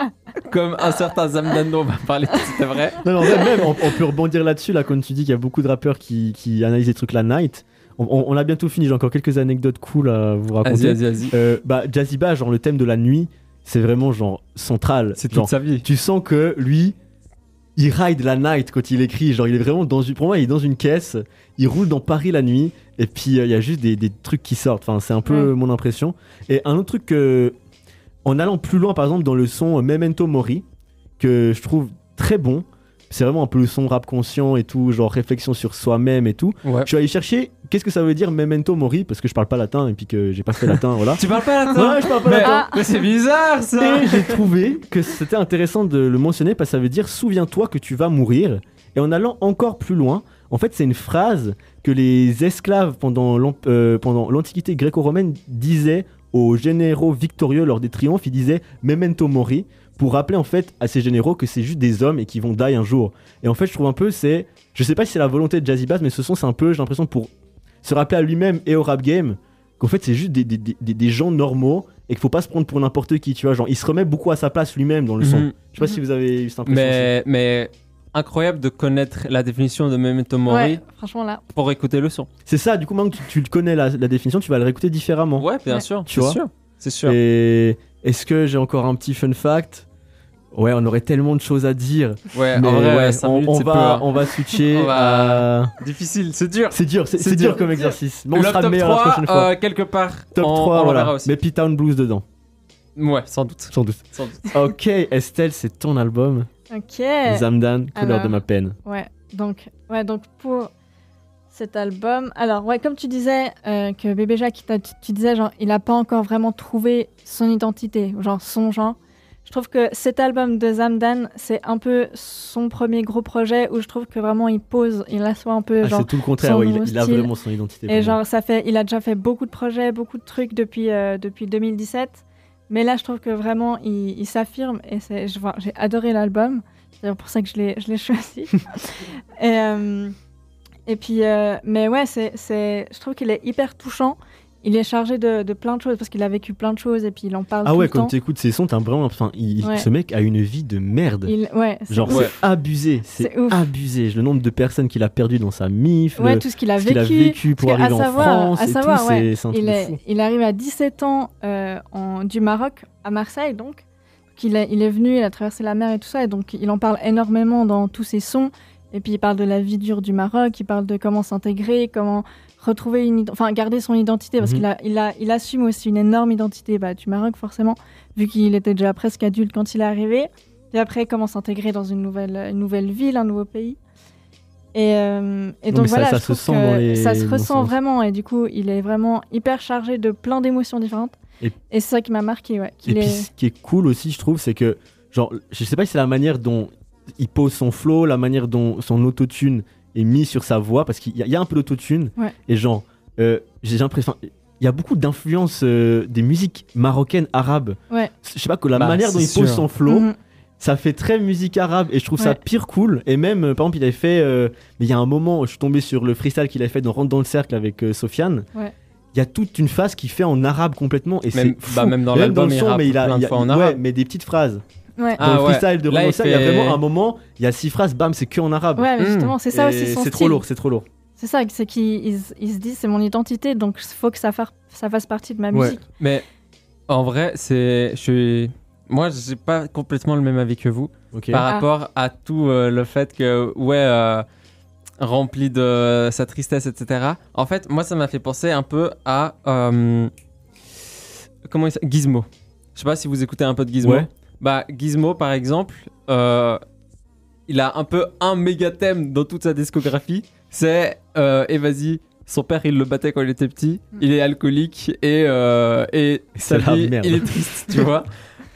Comme un certain Zamdan dont on va parler, c'était vrai.
Non, mais en vrai, même, on, on peut rebondir là-dessus, là, quand tu dis qu'il y a beaucoup de rappeurs qui, qui analysent des trucs la night. En on, on- on a bientôt fini. J'ai encore quelques anecdotes cool à vous raconter.
Vas-y, vas-y, vas-y.
Euh, bah, Jaziba, genre le thème de la nuit, c'est vraiment genre central.
C'est
Genre,
toute sa vie.
tu sens que lui, il ride la night quand il écrit. Genre, il est vraiment dans une. Pour moi, il est dans une caisse. Il roule dans Paris la nuit. Et puis, euh, il y a juste des, des trucs qui sortent. Enfin, c'est un peu
Ouais.
mon impression. Et un autre truc que. En allant plus loin, par exemple, dans le son euh, Memento Mori, que je trouve très bon. C'est vraiment un peu le son rap conscient et tout, genre réflexion sur soi-même et tout.
Ouais.
Je suis allé chercher qu'est-ce que ça veut dire Memento Mori, parce que je parle pas latin et puis que j'ai pas fait latin, [LAUGHS] voilà.
Tu parles pas latin
Ouais, je parle pas
Mais,
latin.
Ah.
mais c'est bizarre ça
Et j'ai trouvé que c'était intéressant de le mentionner parce que ça veut dire souviens-toi que tu vas mourir. Et en allant encore plus loin, en fait, c'est une phrase que les esclaves pendant l'an- euh, pendant l'Antiquité gréco-romaine disaient aux généraux victorieux lors des triomphes. Ils disaient memento mori pour rappeler en fait à ces généraux que c'est juste des hommes et qu'ils vont die un jour. Et en fait, je trouve un peu, c'est. Je sais pas si c'est la volonté de Jazzy Bass, mais ce son, c'est un peu, j'ai l'impression, pour se rappeler à lui-même et au rap game qu'en fait c'est juste des, des- des- des- des gens normaux et qu'il faut pas se prendre pour n'importe qui, tu vois. Genre, il se remet beaucoup à sa place lui-même dans le son.
Mhm.
Je sais pas si vous avez eu cette impression.
mais, mais incroyable de connaître la définition de Memento Mori
Ouais, franchement là.
pour écouter le son.
C'est ça, du coup, maintenant que tu, tu connais la, la définition, tu vas le réécouter différemment.
Ouais, bien
Ouais.
sûr.
Tu
c'est
vois
sûr. C'est sûr.
Et est-ce que j'ai encore un petit fun fact Ouais, on aurait tellement de choses à dire.
Ouais,
mais
Euh, en vrai,
ouais,
cinq
on,
minutes,
on
c'est
va,
peu, hein.
on va switcher.
[LAUGHS] On va-
à-
Difficile, c'est dur.
C'est dur, c'est
C'est
c'est dur
dur.
comme exercice. Mais on
Le
sera
top
meilleur la
3,
prochaine fois.
euh, quelque part.
Top
on-
3,
on le verra
voilà.
aussi.
Mais P-Town Blues dedans,
Ouais, sans doute.
sans doute.
Sans doute.
[LAUGHS] ok, Estelle, c'est ton album.
Ok.
Zamdan, couleur
alors-
de ma peine.
Ouais, donc, ouais, donc pour cet album, alors ouais, comme tu disais euh, que Bébé Jacques, t'as- tu, tu disais genre, il a pas encore vraiment trouvé son identité, genre son genre. Je trouve que cet album de Zamdan, c'est un peu son premier gros projet où je trouve que vraiment il pose, il assoit un peu
Ah,
genre.
c'est tout le contraire,
son
ouais, il,
nouveau
il a
style.
vraiment son identité. pour
Et
moi.
genre, ça fait, il a déjà fait beaucoup de projets, beaucoup de trucs depuis, euh, depuis 2017. Mais là, je trouve que vraiment, il, il s'affirme. Et c'est, je vois, j'ai adoré l'album. C'est d'ailleurs pour ça que je l'ai, je
[LAUGHS]
l'ai [LAUGHS] choisi. et, euh, et puis, euh, mais ouais, c'est, c'est, je trouve qu'il est hyper touchant. Il est chargé de, de plein de choses parce qu'il a vécu plein de choses et puis il en parle
Ah
tout
ouais,
le
quand
temps.
t'écoutes ses sons, t'as vraiment. Enfin, il-
Ouais.
ce mec a une vie de merde.
Il, ouais, c'est
Genre,
ouf.
Ouais.
c'est abusé, c'est
C'est ouf.
abusé. Le nombre de personnes qu'il a perdu dans sa mif,
Ouais,
le-
tout ce qu'il a
ce
vécu.
qu'il a vécu pour
Parce que,
arriver en
à savoir,
France
à
et
savoir,
tout,
ouais,
c'est- c'est un truc
il,
de
est-
fou.
il arrive à 17 ans euh, en- du Maroc à Marseille, donc. donc il, est, il est venu, il a traversé la mer et tout ça, et donc il en parle énormément dans tous ses sons. Et puis il parle de la vie dure du Maroc, il parle de comment s'intégrer, comment retrouver une, id- enfin garder son identité, parce
Mhm.
qu'il a, il a, il assume aussi une énorme identité bah, du Maroc forcément, vu qu'il était déjà presque adulte quand il est arrivé. Puis après comment s'intégrer dans une nouvelle, une nouvelle ville, un nouveau pays. Et, euh, et
Non,
donc
mais ça-
voilà,
ça
je
se
trouve
sent
que
dans les-
ça se
dans le
ressent
sens.
vraiment, et du coup il est vraiment hyper chargé de plein d'émotions différentes.
Et-
Et, c'est ça qui m'a marqué, ouais.
Et
qu'il
puis,
est...
ce qui est cool aussi, je trouve, c'est que, genre, je sais pas si c'est la manière dont il pose son flow, la manière dont son autotune est mis sur sa voix, parce qu'il y, a- il y a un peu d'autotune.
Ouais.
Et genre, euh, j'ai l'impression. Il y a beaucoup d'influences euh, des musiques marocaines, arabes.
Ouais.
Je sais pas que la
Bah,
manière dont il
c'est
pose
sûr.
son flow,
Mhm.
ça fait très musique arabe et je trouve ça
Ouais.
pire cool. Et même, euh, par exemple, il avait fait. euh, mais il y a un moment, je suis tombé sur le freestyle qu'il avait fait dans Rentre dans le cercle avec euh, Sofiane.
Ouais.
Il y a toute une phase qu'il fait en arabe complètement. Et
Même-
c'est fou.
bah, même dans l'album,
le
il
son,
rappe
mais il a,
plein de
il y a-
fois en
ouais,
arabe.
mais des petites phrases.
ouais.
Ah
dans le
ouais.
freestyle de Rentre dans
Là, il
le cercle, il y a
fait-
vraiment un moment, il y a six phrases, bam, c'est que en arabe.
Ouais, mais
Mm.
justement, c'est ça
Mmh. Et
aussi son
C'est
style.
trop lourd, c'est trop lourd.
C'est ça, c'est qu'il il se- il se dit c'est mon identité, donc il faut que ça, fa- ça fasse partie de ma
Ouais.
musique.
Mais en vrai, c'est. Je suis. Moi, j'ai pas complètement le même avis que vous
Ok.
par
Ah.
rapport à tout euh, le fait que, ouais, euh, rempli de sa tristesse, etc. En fait, moi, ça m'a fait penser un peu à. euh, comment il s'appelle Gizmo. Je sais pas si vous écoutez un peu de Gizmo.
Ouais.
Bah, Gizmo, par exemple, euh, il a un peu un méga thème dans toute sa discographie. C'est euh, Et vas-y, son père, il le battait quand il était petit. Il est alcoolique et, euh, et sa
C'est la
vie,
merde.
il est triste, tu vois.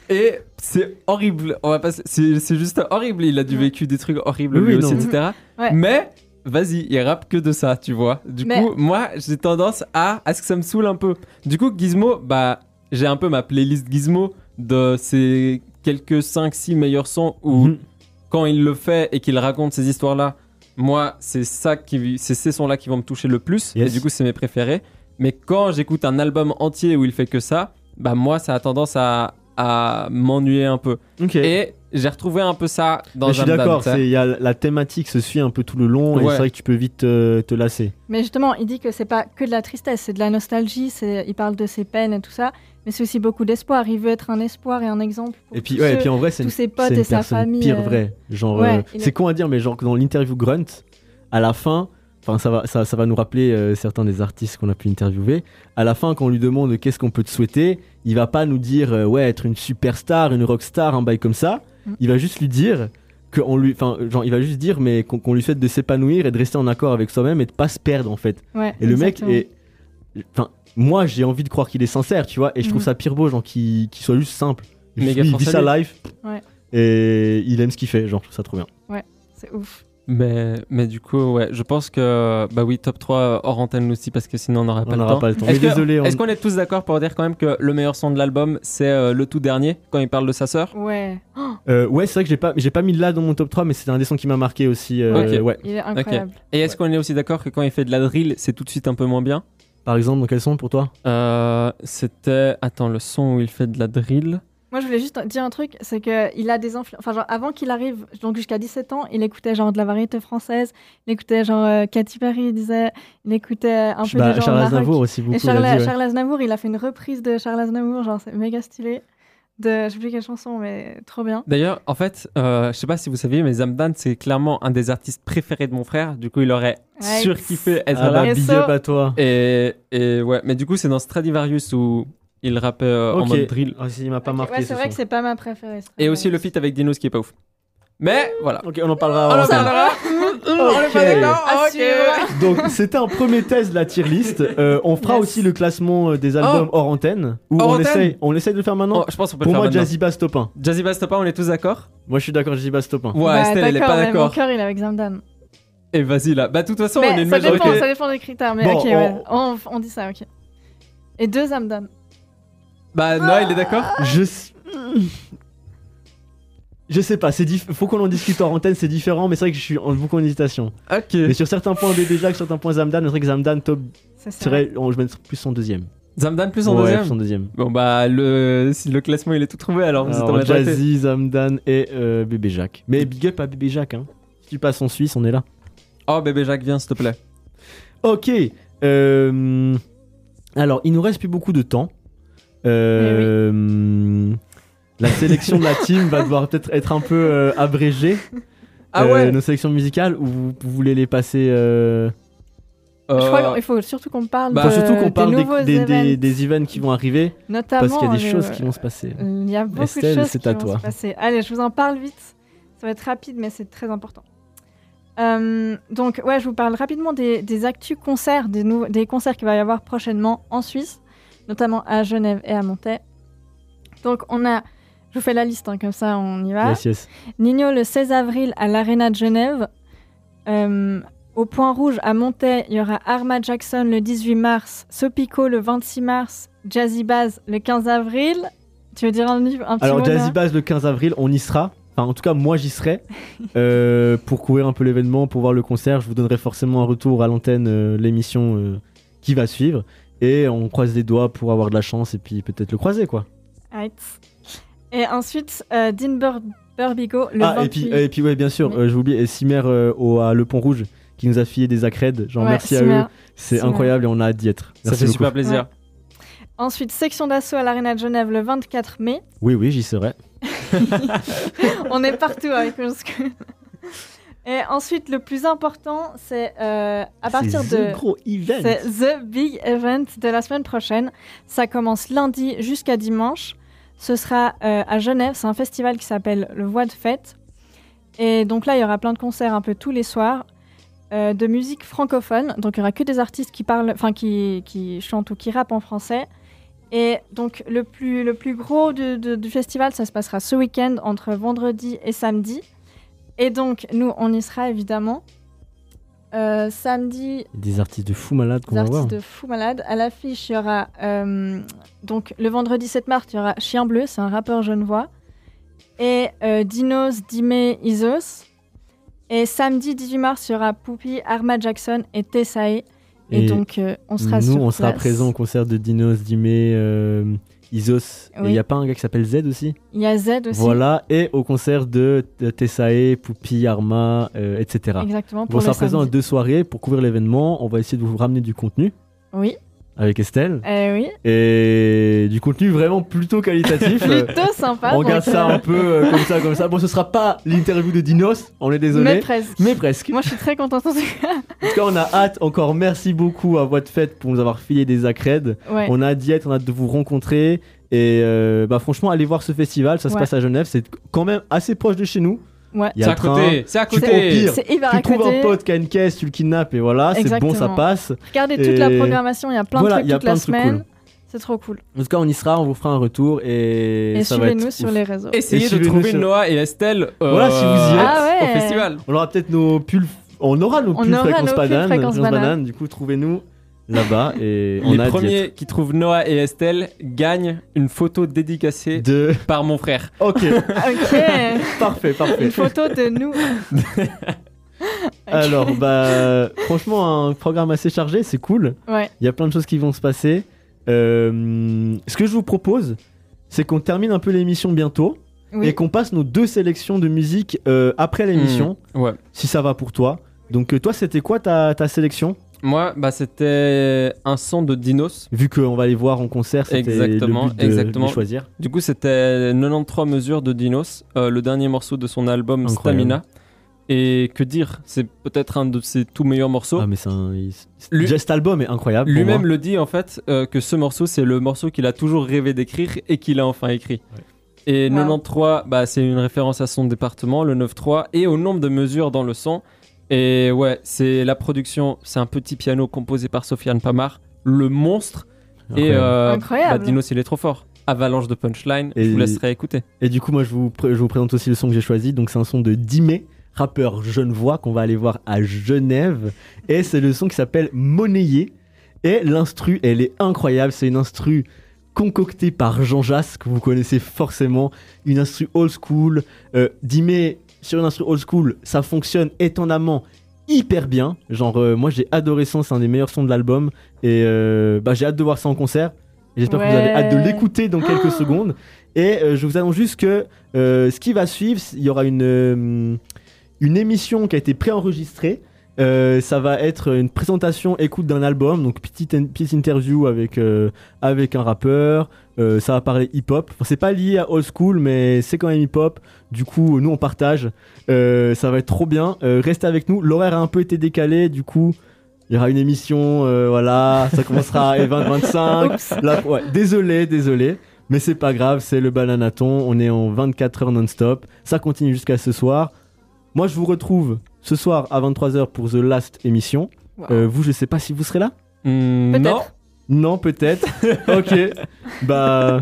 Et c'est horrible. On va passer. C'est, c'est juste horrible. Il a dû
Ouais.
vécu des trucs horribles
Oui,
lui
oui,
aussi,
non.
etc.
Ouais.
Mais vas-y, il rappe que de ça, tu vois. Du
Mais-
coup, moi, j'ai tendance à à ce que ça me saoule un peu. Du coup, Gizmo, bah, j'ai un peu ma playlist Gizmo de ces quelques 5-6 meilleurs sons où
Mhm.
quand il le fait et qu'il raconte ces histoires-là, moi, c'est ça qui, c'est ces sons-là qui vont me toucher le plus.
Yes.
Et du coup, c'est mes préférés. Mais quand j'écoute un album entier où il fait que ça, bah moi, ça a tendance à, à m'ennuyer un peu.
Ok.
Et j'ai retrouvé un peu ça dans
Mais je suis
Zamdam,
d'accord,
tu sais.
c'est- il y a la thématique se suit un peu tout le long et
Ouais.
c'est vrai que tu peux vite euh, te lasser.
Mais justement, il dit que c'est pas que de la tristesse, c'est de la nostalgie, c'est- il parle de ses peines et tout ça, mais c'est aussi beaucoup d'espoir. Il veut être un espoir et un exemple. pour
Et puis,
tous
ouais, et
ceux-
puis en vrai, c'est
tous
une,
ses potes
c'est
et
une
sa
personne
famille,
pire
euh,
vrai. Genre,
ouais,
euh,
il
c'est
est-
con à dire, mais genre que dans l'interview Grunt, à la fin, enfin ça va, ça, ça va nous rappeler euh, certains des artistes qu'on a pu interviewer. À la fin, quand on lui demande qu'est-ce qu'on peut te souhaiter, il va pas nous dire euh, ouais être une superstar, une rockstar, un bail comme ça.
Mm.
Il va juste lui dire que on lui, enfin genre il va juste dire mais qu'on qu'on lui souhaite de s'épanouir et de rester en accord avec soi-même et de pas se perdre en fait.
Ouais,
Et le mec
exactement.
est. Enfin, moi j'ai envie de croire qu'il est sincère, tu vois, et je trouve
Mhm.
ça pire beau, genre qu'il qu'il soit juste simple. Juste,
Méga
lui, il
force
vit
à
sa
lui.
life
Ouais.
et il aime ce qu'il fait, genre, je trouve ça trop bien.
C'est ouf.
Mais, mais du coup, ouais, je pense que bah oui, top 3 hors antenne aussi parce que sinon on n'aurait pas,
On
le
n'aura
temps.
pas le temps.
Est-ce
Mais
que-
désolé, on-
Est-ce qu'on est tous d'accord pour dire quand même que le meilleur son de l'album c'est euh, le tout dernier quand il parle de sa sœur
Ouais. Oh,
Euh, ouais, c'est vrai que j'ai pas, j'ai pas mis là dans mon top 3, mais c'est un des sons qui m'a marqué aussi. euh,
Ok.
Ouais.
il est
Ok.
incroyable.
Et est-ce qu'on est aussi d'accord que quand il fait de la drill c'est tout de suite un peu moins bien
Par exemple, dans quel son pour toi
Euh, C'était. Attends, le son où il fait de la drill.
Moi, je voulais juste dire un truc, c'est que il a des influences. Enfin, genre, avant qu'il arrive, donc jusqu'à 17 ans, il écoutait genre de la variété française, il écoutait genre euh, Katy Perry, il disait, il écoutait euh, un peu
Bah,
de genre
Charles
baroque.
Aznavour aussi, beaucoup.
Et
il a
Charles,
dit, ouais.
Charles Aznavour, il a fait une reprise de Charles Aznavour, genre c'est méga stylé. De, je sais plus quelle chanson, mais trop bien.
D'ailleurs, en fait, euh, je sais pas si vous saviez, mais Zamdan c'est clairement un des artistes préférés de mon frère. Du coup, il aurait
Ouais.
surkiffé être
Ah
là.
bah,
Et
big
ça-
up à toi.
Et, et ouais, mais du coup, c'est dans Stradivarius où il rappait euh, en
Ok.
mode drill.
Ah, si, il m'a pas
Ok,
marqué.
ouais,
ce
c'est vrai
son.
que c'est pas ma préférée. c'est
Et
pas
aussi
mal.
le feat avec Dinos qui est pas ouf. Mais voilà.
Ok, on en
Ah,
parlera.
On en
hors antenne.
[LAUGHS]
parlera.
Oh,
On est pas d'accord.
À suivre.
Donc, c'était un premier test de la tier list. Euh, on fera
Yes.
aussi le classement euh, des albums hors antenne. Ou
Hors
on
antenne
essaye, on essaye de le faire maintenant.
Oh, je pense qu'on peut
pour
le faire
moi,
maintenant.
Jazzy Bass top 1.
Jazzy Bastapa, on est tous d'accord
Moi, je suis d'accord, Jazzy Bass top 1.
Ouais,
Bah,
Estelle, elle est pas
mais Mon
d'accord.
cœur, il est avec Zamdan.
Et vas-y là. Bah, de toute façon, on est
Mais
une
ça
majorité.
dépend, ça dépend des critères. Mais
Bon,
ok,
on-
ouais. On, on dit ça, ok. Et deux Zamdan.
Bah, non, il est d'accord
Je. s- Je sais pas, c'est diff- faut qu'on en discute hors antenne, c'est différent, mais c'est vrai que je suis en beaucoup en hésitation.
Ah.
Ok.
Mais sur certains points, Bébé Jacques, sur certains points, Zamdan, c'est vrai que Zamdan top
Ça, c'est vrai.
serait. on- Je mettrais plus son deuxième.
Zamdan plus en
Ouais,
deuxième.
son deuxième.
Bon, bah, le... si le classement il est tout trouvé, alors vous êtes en
Alors,
majorité.
Jazzy, Zamdan et euh, Bébé Jacques. Mais big up à Bébé Jacques, hein. Si tu passes en Suisse, on est là.
Oh, bébé Jacques, viens, s'il te plaît.
Ok. euh, alors, il nous reste plus beaucoup de temps. Euh, La sélection de la team va devoir peut-être être un peu euh, abrégée.
Ah
Euh,
ouais
Nos sélections musicales, ou vous, vous voulez les passer euh,
Je
Euh,
crois qu'il faut surtout qu'on parle
bah,
de,
enfin, Surtout qu'on parle
euh, des
des,
nouveaux
des,
events,
des- des events qui vont arriver,
notamment euh,
parce qu'il y a des
le-
choses qui vont se passer.
Mm, Il y a beaucoup
Estelle,
de choses
c'est
qui
à
vont
toi.
se passer. Allez, je vous en parle vite. Ça va être rapide, mais c'est très important. Euh, donc, ouais, je vous parle rapidement des, des actus concerts, des, nou- des concerts qu'il va y avoir prochainement en Suisse, notamment à Genève et à Montaigne. Donc, on a. Je vous fais la liste, hein, comme ça on y va.
Yes, yes.
Nino le 16 avril à l'Arena de Genève. Euh, au Point Rouge à Montaigne, il y aura Arma Jackson le 18 mars, Sopico le 26 mars, Jazzy Baz le 15 avril. Tu veux dire un, livre- un petit
Alors,
mot
Jazzy
là
Bass, le 15 avril, on y sera. Enfin, en tout cas, moi, j'y
[LAUGHS]
serai euh, pour couvrir un peu l'événement, pour voir le concert. Je vous donnerai forcément un retour à l'antenne, euh, l'émission euh, qui va suivre. Et on croise les doigts pour avoir de la chance et puis peut-être le croiser, quoi.
Right. Et ensuite, euh, Dean Bur- Burbigo le
ah,
28
et puis, et puis, ouais, bien sûr, euh, j'ai oublié. Et Simer euh, au, à Le Pont Rouge qui nous a filé des accrèdes. Genre,
Ouais,
merci à
Simmer.
eux. C'est
Simmer.
incroyable et on a hâte d'y être.
Ça
Merci
fait
beaucoup.
super plaisir.
Ensuite, section d'assaut à l'Arena de Genève le 24 mai. [LAUGHS]
Oui, oui, j'y serai.
On est partout avec Old School. [LAUGHS] Et ensuite, le plus important, c'est euh, à partir
C'est the
de.
gros event.
C'est The Big Event de la semaine prochaine. Ça commence lundi jusqu'à dimanche. Ce sera euh, à Genève. C'est un festival qui s'appelle le Voix de Fête. Et donc là, il y aura plein de concerts un peu tous les soirs euh, de musique francophone. Donc il y aura que des artistes qui parlent, enfin qui, qui chantent ou qui rappent en français. Et donc le plus, le plus gros de- de- du festival, ça se passera ce week-end entre vendredi et samedi. Et donc nous, on y sera évidemment. Euh, samedi,
Des artistes de fou malades qu'on
des
va voir.
artistes de fou malade. À l'affiche, il y aura. euh, donc, le vendredi 7 mars, il y aura Chien Bleu, c'est un rappeur genevois. Et euh, Dinos, Dime, Isos. Et samedi 18 mars, il y aura Poupie, Arma Jackson et Tessae. Et,
Et
donc, euh, on sera
Nous,
sur
on sera
place.
présents au concert de Dinos, Dimé, euh, Isos. Et
Oui.
il n'y a pas un gars qui s'appelle Z aussi
Il y a Z aussi.
Voilà, et au concert de de Tessae, Poupi, Arma, euh, etc.
Exactement.
Bon,
Pour
ça
le
présent à
samedi.
deux soirées pour couvrir l'événement. On va essayer de vous ramener du contenu
Oui.
avec Estelle.
Eh oui.
Et du contenu vraiment plutôt
[LAUGHS]
qualitatif. Euh,
Plutôt sympa.
on
donc,
garde ça
euh,
un peu euh, comme ça, comme ça. Bon, ce sera pas l'interview de Dinos, on est désolé.
Mais presque.
Mais presque.
Moi, je suis très contente en tout cas.
En tout cas, on a hâte. Encore merci beaucoup à Voix de Fête pour nous avoir filé des accrèdes.
Ouais.
On a hâte d'y être, on a hâte de vous rencontrer. Et euh, bah, franchement, allez voir ce festival. Ça se
Ouais.
passe à Genève. C'est quand même assez proche de chez nous.
Ouais.
Il y a
C'est
le
à côté, c'est à
Tu- au
côté.
pire,
C'est hyper
tu
à
trouves
côté.
un pote qui a une caisse, tu le kidnappes et voilà, c'est bon, ça
Exactement.
passe.
Regardez toute la
Et-
programmation, il y a plein
Voilà,
de trucs
il y a
toute
plein
la
de trucs
semaine.
cool.
C'est trop cool.
En tout cas, on y sera, on vous fera un retour et,
Et,
ça va être
suivez-nous sur
ouf.
les réseaux.
Essayez de
suivez-nous
trouver
sur-
Noah et Estelle euh,
Voilà, si vous y êtes.
Ah ouais.
au festival.
On aura peut-être nos pulls, on aura nos
On
pulls
aura
fréquence
nos pulls
banane,
fréquence
fréquence
banane.
banane, du coup, trouvez-nous là-bas et on
Les
a hâte d'y
premiers qui trouvent Noah et Estelle gagnent une photo dédicacée
être. de
par mon frère.
OK,
[LAUGHS]
[LAUGHS]
Ok.
parfait, parfait.
Une photo de nous.
Alors bah franchement un programme assez chargé, c'est cool.
Ouais.
Il y a plein de choses qui vont se passer. Euh, ce que je vous propose, c'est qu'on termine un peu l'émission bientôt
Oui.
et qu'on passe nos deux sélections de musique euh, après l'émission.
Hmm, Ouais.
si ça va pour toi. Donc euh, toi, c'était quoi ta, ta sélection
Moi, bah, c'était un son de Dinos.
Vu qu'on va les voir en concert, c'était
Exactement,
le but de,
exactement.
de choisir.
Du coup, c'était 93 mesures de Dinos, euh, le dernier morceau de son album
Incroyable.
Stamina. Et que dire, c'est peut-être un de ses tout meilleurs morceaux.
Ah mais c'est un... il-
Oh. Lui-
déjà, cet album est incroyable. pour
Lui-même
moi.
le dit en fait euh, que ce morceau c'est le morceau qu'il a toujours rêvé d'écrire et qu'il a enfin écrit. Et
Wow.
93, bah, c'est une référence à son département, le 9-3, et au nombre de mesures dans le son. Et ouais, c'est la production, c'est un petit piano composé par Sofiane Pamar, le monstre. Et
Incroyable.
euh,
Incroyable.
bah, Dinos, il est trop fort. Avalanche de punchline,
Et-
je vous laisserai écouter.
Et du coup, moi, je vous, pr- je vous présente aussi le son que j'ai choisi. Donc c'est un son de Dimé, rappeur genevois, qu'on va aller voir à Genève. Et c'est le son qui s'appelle Monnayé. Et l'instru, elle est incroyable. C'est une instru concoctée par Jean Jass, que vous connaissez forcément. Une instru old school. Euh, Dimé, sur une instru old school, ça fonctionne étonnamment hyper bien. Genre, euh, moi, j'ai adoré ça. C'est un des meilleurs sons de l'album. Et euh, bah, j'ai hâte de voir ça en concert. Et J'espère que vous avez
Ouais.
hâte de l'écouter dans quelques secondes. Et euh, je vous annonce juste que euh, ce qui va suivre, il y aura une, euh, une émission qui a été préenregistrée. Euh, ça va être une présentation écoute d'un album, donc petite, in- petite interview avec, euh, avec un rappeur. Euh, ça va parler hip-hop. Enfin, c'est pas lié à old school, mais c'est quand même hip-hop. Du coup, nous on partage. Euh, ça va être trop bien. Euh, restez avec nous. L'horaire a un peu été décalé, du coup. Il y aura une émission, euh, voilà, ça commencera à 20-25. Là, ouais, désolé, désolé. Mais c'est pas grave, c'est le bananaton. On est en 24 heures non-stop. Ça continue jusqu'à ce soir. Moi, je vous retrouve ce soir à 23h pour The Last émission.
Wow.
Euh, vous, je sais pas si vous serez là
Hmm,
Peut-être.
non,
Non, peut-être. [LAUGHS] ok. Bah,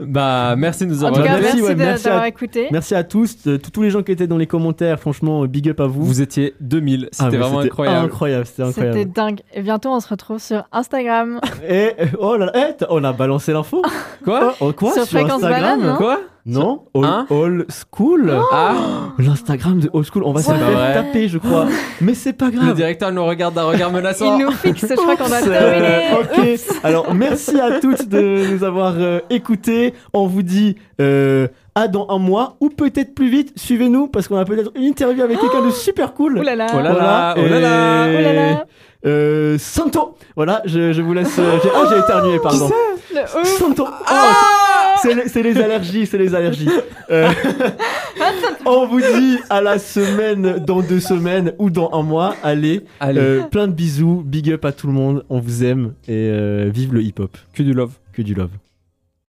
bah merci de nous
En
avoir
tout cas,
merci,
merci,
ouais,
de-
merci à-
d'avoir écouté.
merci à tous. euh, tous tous les gens qui étaient dans les commentaires, franchement, euh, big up à vous.
Vous étiez 2000,
Ah,
c'était
mais
vraiment incroyable.
Incroyable, c'était
C'était
incroyable.
dingue. Et bientôt, on se retrouve sur Instagram.
Et euh, oh là là, eh, t'as- on a balancé l'info.
Quoi
Oh, quoi
Sur
Sur
Fréquence
Instagram
Banane, hein Oh
Quoi
Non, old,
Hein
old school.
Ah,
L'Instagram de old school, on va se
Ouais.
faire
Ouais.
taper, je crois. Mais c'est pas
le
grave.
directeur nous regarde d'un regard menaçant.
Il nous fixe. Je crois qu'on doit
[LAUGHS] Oups, euh,
terminer.
ok. Alors merci à toutes de nous avoir euh, écoutés. On vous dit euh, à dans un mois ou peut-être plus vite. Suivez-nous parce qu'on a peut-être une interview avec quelqu'un de super cool.
Ouh là là.
Oh là là, oh
Voilà.
là là.
Oh là là.
Euh, Santo. Voilà, je, je vous laisse. euh, j'ai- ah, j'ai éternué, pardon.
Le ouf.
Santo. Oh,
Ah
c'est les- c'est les allergies, c'est les allergies. Euh,
Ah,
[LAUGHS] on vous dit à la semaine, dans deux semaines ou dans un mois. Allez.
Allez,
Euh, plein de bisous, big up à tout le monde, on vous aime et euh, vive le hip-hop.
que du love.
Que du love.